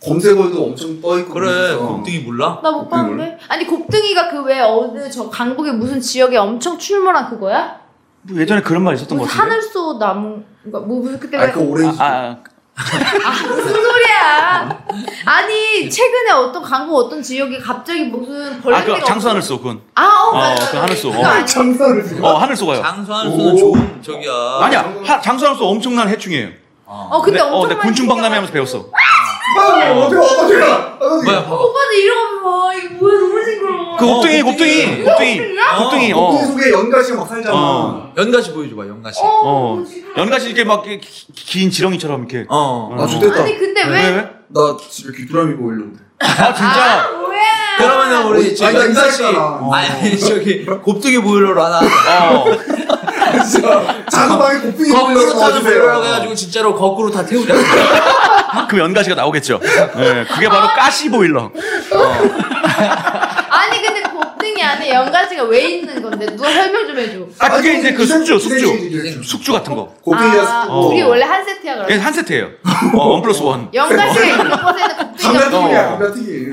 Speaker 5: 검색어도 엄청 떠 있고.
Speaker 4: 그래 곱등이 몰라?
Speaker 3: 나 못
Speaker 5: 곱등이
Speaker 3: 봤는데. 아니 곱등이가 그 왜 어느 저 강북의 무슨 지역에 엄청 출몰한 그거야?
Speaker 2: 뭐 예전에 그런 말 있었던 것
Speaker 3: 무슨
Speaker 2: 같은데.
Speaker 3: 하늘소 나무 그러니까 뭐 무슨 그때 왜
Speaker 5: 아그 오렌지.
Speaker 2: 아, 아,
Speaker 3: 무슨 소리야? 아니 최근에 어떤 광고 어떤 지역에 갑자기 무슨
Speaker 2: 아,
Speaker 3: 벌레가
Speaker 2: 그 장수 하늘소 그건.
Speaker 3: 아, 어,
Speaker 2: 어,
Speaker 3: 맞아, 맞아.
Speaker 2: 그 하늘소.
Speaker 3: 그거
Speaker 2: 어.
Speaker 3: 아니야?
Speaker 5: [LAUGHS] 장사를 지금.
Speaker 2: 어 하늘소가요.
Speaker 4: 장수하는 소는
Speaker 5: 오.
Speaker 4: 좋은 저기야.
Speaker 2: 아니야 하- 장수 하늘소 엄청난 해충이에요.
Speaker 3: 어, 근데 엄청
Speaker 2: 어, 내
Speaker 3: 많이
Speaker 2: 곤충박람회
Speaker 3: 생겨가지고.
Speaker 2: 하면서 배웠어.
Speaker 5: 아, 어떻게 어떻게 어떻게.
Speaker 4: 뭐야 봐봐.
Speaker 3: 오빠도 이런 거 봐. 이거 뭐야 너무 징그러워.
Speaker 2: 그
Speaker 4: 어,
Speaker 2: 곱등이
Speaker 4: 곱등이.
Speaker 2: 곱등이 곱등이
Speaker 4: 어,
Speaker 2: 곱등이
Speaker 5: 곱등이
Speaker 2: 어.
Speaker 5: 속에 연가시 막 살잖아.
Speaker 2: 어.
Speaker 4: 연가시 보여줘봐 연가시.
Speaker 3: 어,
Speaker 2: 어
Speaker 3: 너무 징그러워.
Speaker 2: 연가시 이렇게 막 긴 지렁이처럼 이렇게.
Speaker 4: 어.
Speaker 5: 아 좋겠다.
Speaker 3: 아니 근데 왜?
Speaker 2: 왜? 왜?
Speaker 5: 나 집에 귀뚜라미 보이려는데.
Speaker 2: 아 진짜.
Speaker 3: 아 뭐야?
Speaker 4: 그러면은 우리
Speaker 5: 아니,
Speaker 4: 저기
Speaker 5: 나 이사
Speaker 4: 다시 어.
Speaker 5: 했잖아.
Speaker 4: 아니
Speaker 5: [LAUGHS]
Speaker 4: 저기 곱등이 보일러로 하나
Speaker 2: 어.
Speaker 5: 작은 방에 고프기
Speaker 4: 거꾸로 타는 보일러로 해가지고 진짜로 거꾸로 다 태우자.
Speaker 2: 그 연가시가 나오겠죠. 예, 그게 바로 가시 보일러.
Speaker 3: 아니 근데 곱등이 안에 연가지가 왜 있는 건데 누가 설명 좀 해줘.
Speaker 2: 아, 그게 이제 그 숙주, 숙주. 숙주 같은 거.
Speaker 5: 고프기가
Speaker 3: 아,
Speaker 2: 어.
Speaker 3: 둘이 원래 한 세트야 그럼.
Speaker 2: 예, 한 세트예요. 어, 원 플러스 원. [LAUGHS]
Speaker 3: 연가지가 있는 곳에는 곱등이
Speaker 5: 담배
Speaker 2: 어,
Speaker 3: 없는
Speaker 5: 튀기야
Speaker 3: 거.
Speaker 5: 담배 튀기.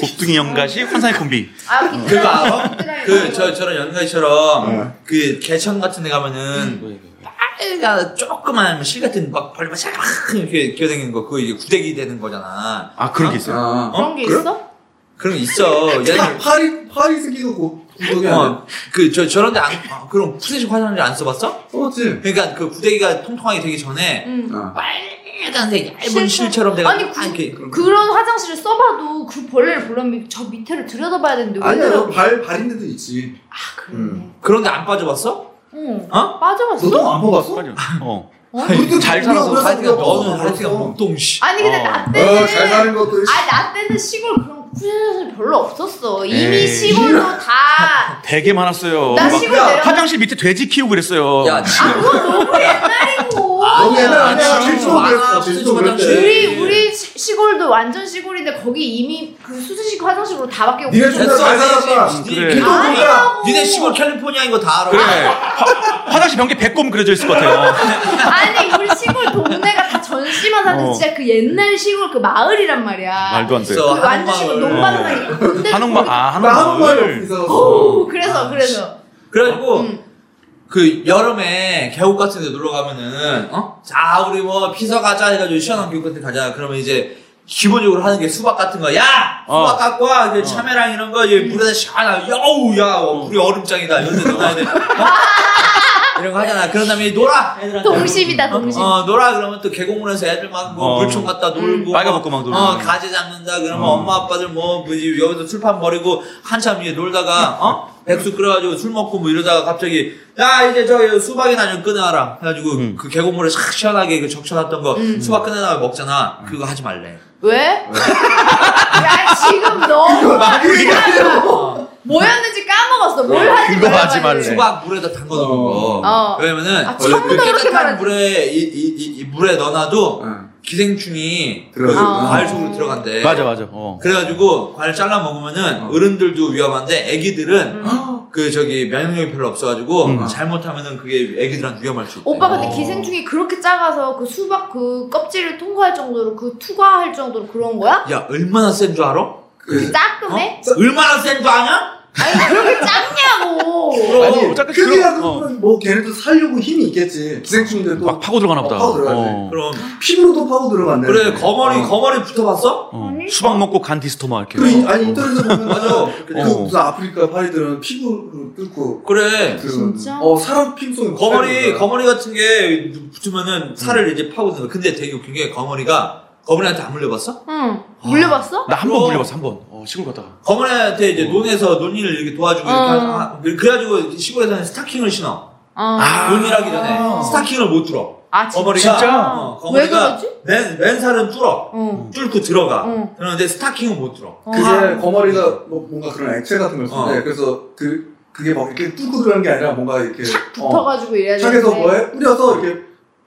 Speaker 2: 곱등이 연가시, 환상의 콤비.
Speaker 3: 아
Speaker 4: 음. 그거
Speaker 3: 비틀어.
Speaker 4: 알아? 그저 저런 연가이처럼 그 개천 같은 데 가면은 빨간 조그만 실 같은 막 벌레 막 이렇게 기어다니는 거 그거 이게 구데기 되는 거잖아.
Speaker 2: 아, 그런 게 있어요.
Speaker 5: 아.
Speaker 3: 그런 게
Speaker 4: 그래?
Speaker 3: 있어?
Speaker 4: 그런 게 있어.
Speaker 5: 파-
Speaker 4: 얘네들
Speaker 5: 파리 파리 생기는 고 구독이 안
Speaker 4: 어, 그, 저, 저런데 안, 아, 그럼 푸세식 화장실 안 써봤어?
Speaker 5: 써봤지.
Speaker 4: 그러니까 그 구데기가 통통하게 되기 전에
Speaker 3: 응.
Speaker 5: 아.
Speaker 4: 빨간색
Speaker 3: 실처럼?
Speaker 4: 얇은 실처럼 내가
Speaker 3: 아니, 그-
Speaker 4: 이렇게.
Speaker 3: 그런 화장실을 써봐도 그 벌레를 보려면 저 밑에를 들여다봐야 되는데 왜
Speaker 5: 아니야
Speaker 3: 들여?
Speaker 5: 발발 있는 데 있지.
Speaker 3: 아 그래.
Speaker 5: 음.
Speaker 4: 그런데 안 빠져봤어?
Speaker 3: 어
Speaker 4: 어?
Speaker 3: 빠져봤어?
Speaker 5: 너도 안 뽑았어?
Speaker 2: 맞아요. 어.
Speaker 3: 어?
Speaker 5: 우리도
Speaker 2: 잘
Speaker 5: 누구나
Speaker 2: 살아서
Speaker 5: 그래서
Speaker 4: 하여튼
Speaker 5: 우리가
Speaker 4: 너는 뭐.
Speaker 5: 뽑았어.
Speaker 4: 하여튼 목동, 씨.
Speaker 3: 아니 근데
Speaker 2: 어.
Speaker 3: 나 때는
Speaker 5: 어, 잘 사는 것도
Speaker 3: 아니 나 때는 시골 그런 쿠션이 별로 없었어. 이미
Speaker 2: 에이. [LAUGHS]
Speaker 3: 시골도 다.
Speaker 2: 되게 많았어요.
Speaker 3: 나
Speaker 2: 막
Speaker 3: 시골 내려.
Speaker 2: 화장실 밑에 돼지 키우고 그랬어요.
Speaker 4: 야, 지-
Speaker 3: 아 그건 너무 옛날이고.
Speaker 5: 너무 옛날 아니야.
Speaker 4: 아,
Speaker 5: 질투
Speaker 4: 아,
Speaker 5: 그랬어.
Speaker 4: 아,
Speaker 5: 질투
Speaker 4: 화장실.
Speaker 5: 그랬대.
Speaker 3: 우리 우리 시- 시골도 완전 시골인데 거기 이미 그 수수식 화장실로 다 바뀌고.
Speaker 5: 니네 존나 잘 살았다.
Speaker 4: 니-
Speaker 2: 그래.
Speaker 4: 니네
Speaker 3: 아니라고.
Speaker 4: 니네 시골 캘리포니아인 거 다 알아.
Speaker 2: 그래. 화, 화장실 변기 배꼽 그려져 있을 것 같아요.
Speaker 3: 아니 우리 시골 동네가 다 전시만 사는
Speaker 2: 어.
Speaker 3: 진짜 그 옛날 시골 그 마을이란 말이야.
Speaker 2: 말도 안 돼.
Speaker 3: 그
Speaker 4: 있어.
Speaker 3: 완전 시골
Speaker 4: 한옥마을.
Speaker 3: 논밭만 있고. 근데
Speaker 2: 한옥마, 아,
Speaker 5: 나 한국 말이
Speaker 2: 한옥마을.
Speaker 5: 없어.
Speaker 3: 그래서 그래서.
Speaker 4: 그래가지고
Speaker 3: 음.
Speaker 4: 그 여름에 계곡 같은 데 놀러 가면은 어? 자 우리 뭐 피서 가자 해가지고 시원한 계곡 같은 데 가자 그러면 이제 기본적으로 하는 게 수박 같은 거야
Speaker 2: 어.
Speaker 4: 수박 갖고 와 이제 참외랑 이런 거 이제 물에다 시원하게 야우 야 어, 우리 얼음장이다 이런 데 [LAUGHS] 놀아야 돼 어? 이런 거 하잖아 그런 다음에 놀아 애들한테
Speaker 3: 동심이다 동심.
Speaker 4: 어 놀아 그러면 또 계곡물에서 애들 막 뭐
Speaker 2: 어.
Speaker 4: 물총 갖다
Speaker 3: 음.
Speaker 4: 놀고
Speaker 2: 빨간 벗고 막 놀고.
Speaker 4: 어 가재 잡는다 그러면
Speaker 2: 어.
Speaker 4: 엄마 아빠들 뭐 뭐지 여기서 술판 버리고 한참 이제 놀다가 어 백수 끓여가지고 술 먹고 뭐 이러다가 갑자기 야 이제 저 수박이나 좀 꺼내와라 해가지고
Speaker 2: 음.
Speaker 4: 그 계곡물에 싹 시원하게 그 적셔놨던 거
Speaker 3: 음.
Speaker 4: 수박 꺼내다가 먹잖아 그거 하지 말래
Speaker 3: 왜? 야 지금 너무
Speaker 4: 어.
Speaker 3: 뭐였는지 까먹었어. 뭘 하지
Speaker 2: 그거 하지
Speaker 3: 말라고
Speaker 2: 말래.
Speaker 3: 하는지.
Speaker 4: 수박 물에다 담궈 놓는 거
Speaker 3: 어.
Speaker 4: 왜냐면은
Speaker 3: 아,
Speaker 4: 원래 그
Speaker 3: 처음부터 그렇게
Speaker 4: 깨끗한
Speaker 3: 말하지.
Speaker 4: 물에 이, 이, 이, 이 물에 넣어놔도
Speaker 5: 응.
Speaker 4: 기생충이 그
Speaker 5: 들어가지구나.
Speaker 4: 과일 속으로 들어간대
Speaker 2: 맞아, 맞아. 어.
Speaker 4: 그래가지고 과일 잘라 먹으면은
Speaker 5: 어.
Speaker 4: 어른들도 위험한데
Speaker 3: 음.
Speaker 4: 애기들은 그 저기 면역력이 별로 없어가지고
Speaker 2: 음.
Speaker 4: 잘못하면은 그게 애기들한테 위험할 수 있대.
Speaker 3: 오빠
Speaker 4: 어.
Speaker 3: 근데 기생충이 그렇게 작아서 그 수박 그 껍질을 통과할 정도로 그 투과할 정도로 그런 거야?
Speaker 4: 야 얼마나 센 줄 알아? 어?
Speaker 5: 그
Speaker 3: 짜끔해?
Speaker 4: 얼마나 센 줄 아냐?
Speaker 3: 아니 그렇게 작냐고.
Speaker 2: 아니, 어차피
Speaker 5: 크기야
Speaker 2: 그런-
Speaker 5: 그러면 뭐 걔네도 살려고 힘이 있겠지. 기생충인데도
Speaker 2: 막 파고 들어가나 보다.
Speaker 5: 어, 파고 들어가지.
Speaker 2: 어.
Speaker 4: 그럼
Speaker 5: 피부로도 파고 들어간대.
Speaker 4: 그래 거머리
Speaker 5: 네. 어.
Speaker 4: 거머리 붙어봤어?
Speaker 2: 어.
Speaker 3: 아니?
Speaker 2: 수박 먹고 간 디스토마 이렇게.
Speaker 5: 그 인- 아니 인터넷에 보면
Speaker 4: 맞아.
Speaker 5: 그
Speaker 2: 어.
Speaker 5: 무슨 아프리카 파리들은 피부로 뚫고
Speaker 4: 그래
Speaker 5: 들어가는.
Speaker 3: 진짜?
Speaker 5: 어 사람 피부 속에
Speaker 4: 거머리
Speaker 5: 거머리
Speaker 4: 거머리 같은 게 붙으면은 살을 이제 파고드는 거. 근데 되게 웃긴 게 거머리가 거머리한테 안 물려봤어?
Speaker 3: 응. 물려봤어?
Speaker 2: 나 한 번
Speaker 4: 그럼.
Speaker 2: 불려봤어, 한 번. 어, 시골 갔다가.
Speaker 4: 거머리한테 이제
Speaker 2: 어.
Speaker 4: 논에서 논의를 이렇게 도와주고
Speaker 3: 어.
Speaker 4: 이렇게 하, 그래가지고 시골에서는 스타킹을 신어
Speaker 3: 어.
Speaker 5: 아,
Speaker 4: 논의하기 전에 스타킹을 못 들어.
Speaker 3: 아
Speaker 4: 거머리가
Speaker 2: 진짜?
Speaker 4: 어,
Speaker 3: 왜
Speaker 4: 거머리가
Speaker 3: 그러지?
Speaker 4: 맨, 맨살은 뚫어
Speaker 3: 어.
Speaker 4: 뚫고 들어가
Speaker 3: 응.
Speaker 4: 그런데 스타킹은 못 들어
Speaker 3: 어.
Speaker 5: 음. 그게 거머리가 뭐 뭔가 그런 액체 같은 걸 쓰는데
Speaker 4: 어.
Speaker 5: 그래서 그 그게 막 이렇게 뚫고 들어가는 게 아니라 뭔가 이렇게 어,
Speaker 3: 붙어가지고 이래야 되는데.
Speaker 5: 착에서 뭐에 뿌려서 이렇게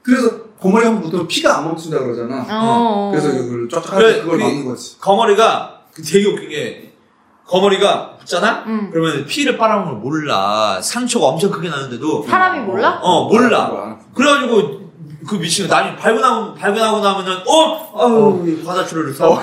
Speaker 5: 그래서 거머리 한번 붙으면 피가 안 멈춘다 그러잖아.
Speaker 3: 어.
Speaker 5: 그래서 그걸 쫙쫙하게
Speaker 4: 그래,
Speaker 5: 그걸
Speaker 4: 그게-
Speaker 5: 막는 거지.
Speaker 4: 거머리가 그 되게 웃긴 게 거머리가 붙잖아
Speaker 3: 응.
Speaker 4: 그러면 피를 빨아먹는 걸 몰라 상처가 엄청 크게 나는데도
Speaker 3: 사람이 몰라?
Speaker 4: 어 몰라
Speaker 5: 그거 안-
Speaker 4: 그래가지고 그 미친 거 나중에 발고 나면 발고 나고 나면은 어 아유 과다출혈을
Speaker 3: 어.
Speaker 4: 어, 써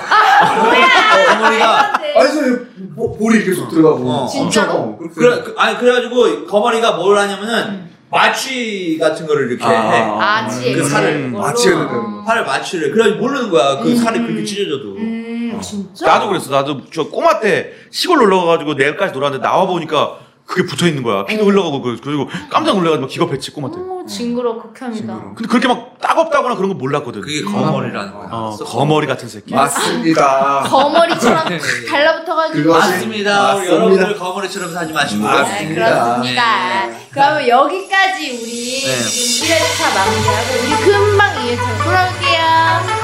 Speaker 4: 거머리가
Speaker 5: 아니 저기 뭐- 볼이 이렇게 쏙 들어가고.
Speaker 4: 어.
Speaker 3: 진짜로?
Speaker 5: 엄청, 어, 그렇게.
Speaker 4: 그래 그- 아니 그래가지고 거머리가 뭘 하냐면은
Speaker 3: 음.
Speaker 4: 마취 같은 거를 이렇게 해
Speaker 3: 아, 지
Speaker 4: 그 살을
Speaker 5: 마취하는 거야.
Speaker 4: 팔 마취를 그래 모르는 거야 그
Speaker 3: 음.
Speaker 4: 살이 그렇게 찢어져도
Speaker 3: 음, 진짜?
Speaker 2: 나도 그랬어. 나도 저 꼬마 때 시골 놀러 가가지고 내일까지 놀았는데 나와 보니까 그게 붙어 있는 거야. 피도 흘러가고 그- 그리고 깜짝 놀래가지고 막 기겁했지 꼬마 때.
Speaker 3: 오, 징그러 극혐이다.
Speaker 5: 징그러워.
Speaker 2: 근데 그렇게 막 따갑다거나 그런 거 몰랐거든.
Speaker 4: 그게 거머리라는 거야
Speaker 2: 어,
Speaker 4: 썩-
Speaker 2: 거머리 같은 새끼.
Speaker 5: 맞습니다. [LAUGHS]
Speaker 3: 거머리처럼 탁 달라붙어가지고.
Speaker 5: 그거
Speaker 4: 맞습니다. 우리
Speaker 5: 맞습니다.
Speaker 4: 여러분들 거머리처럼 사지 마시고.
Speaker 3: 네,
Speaker 5: 맞습니다.
Speaker 3: 그렇습니다.
Speaker 5: 네.
Speaker 3: 그러면 여기까지 우리
Speaker 4: 네.
Speaker 3: 지금 1회차 마무리하고 우리 금방 2회차로 돌아올게요.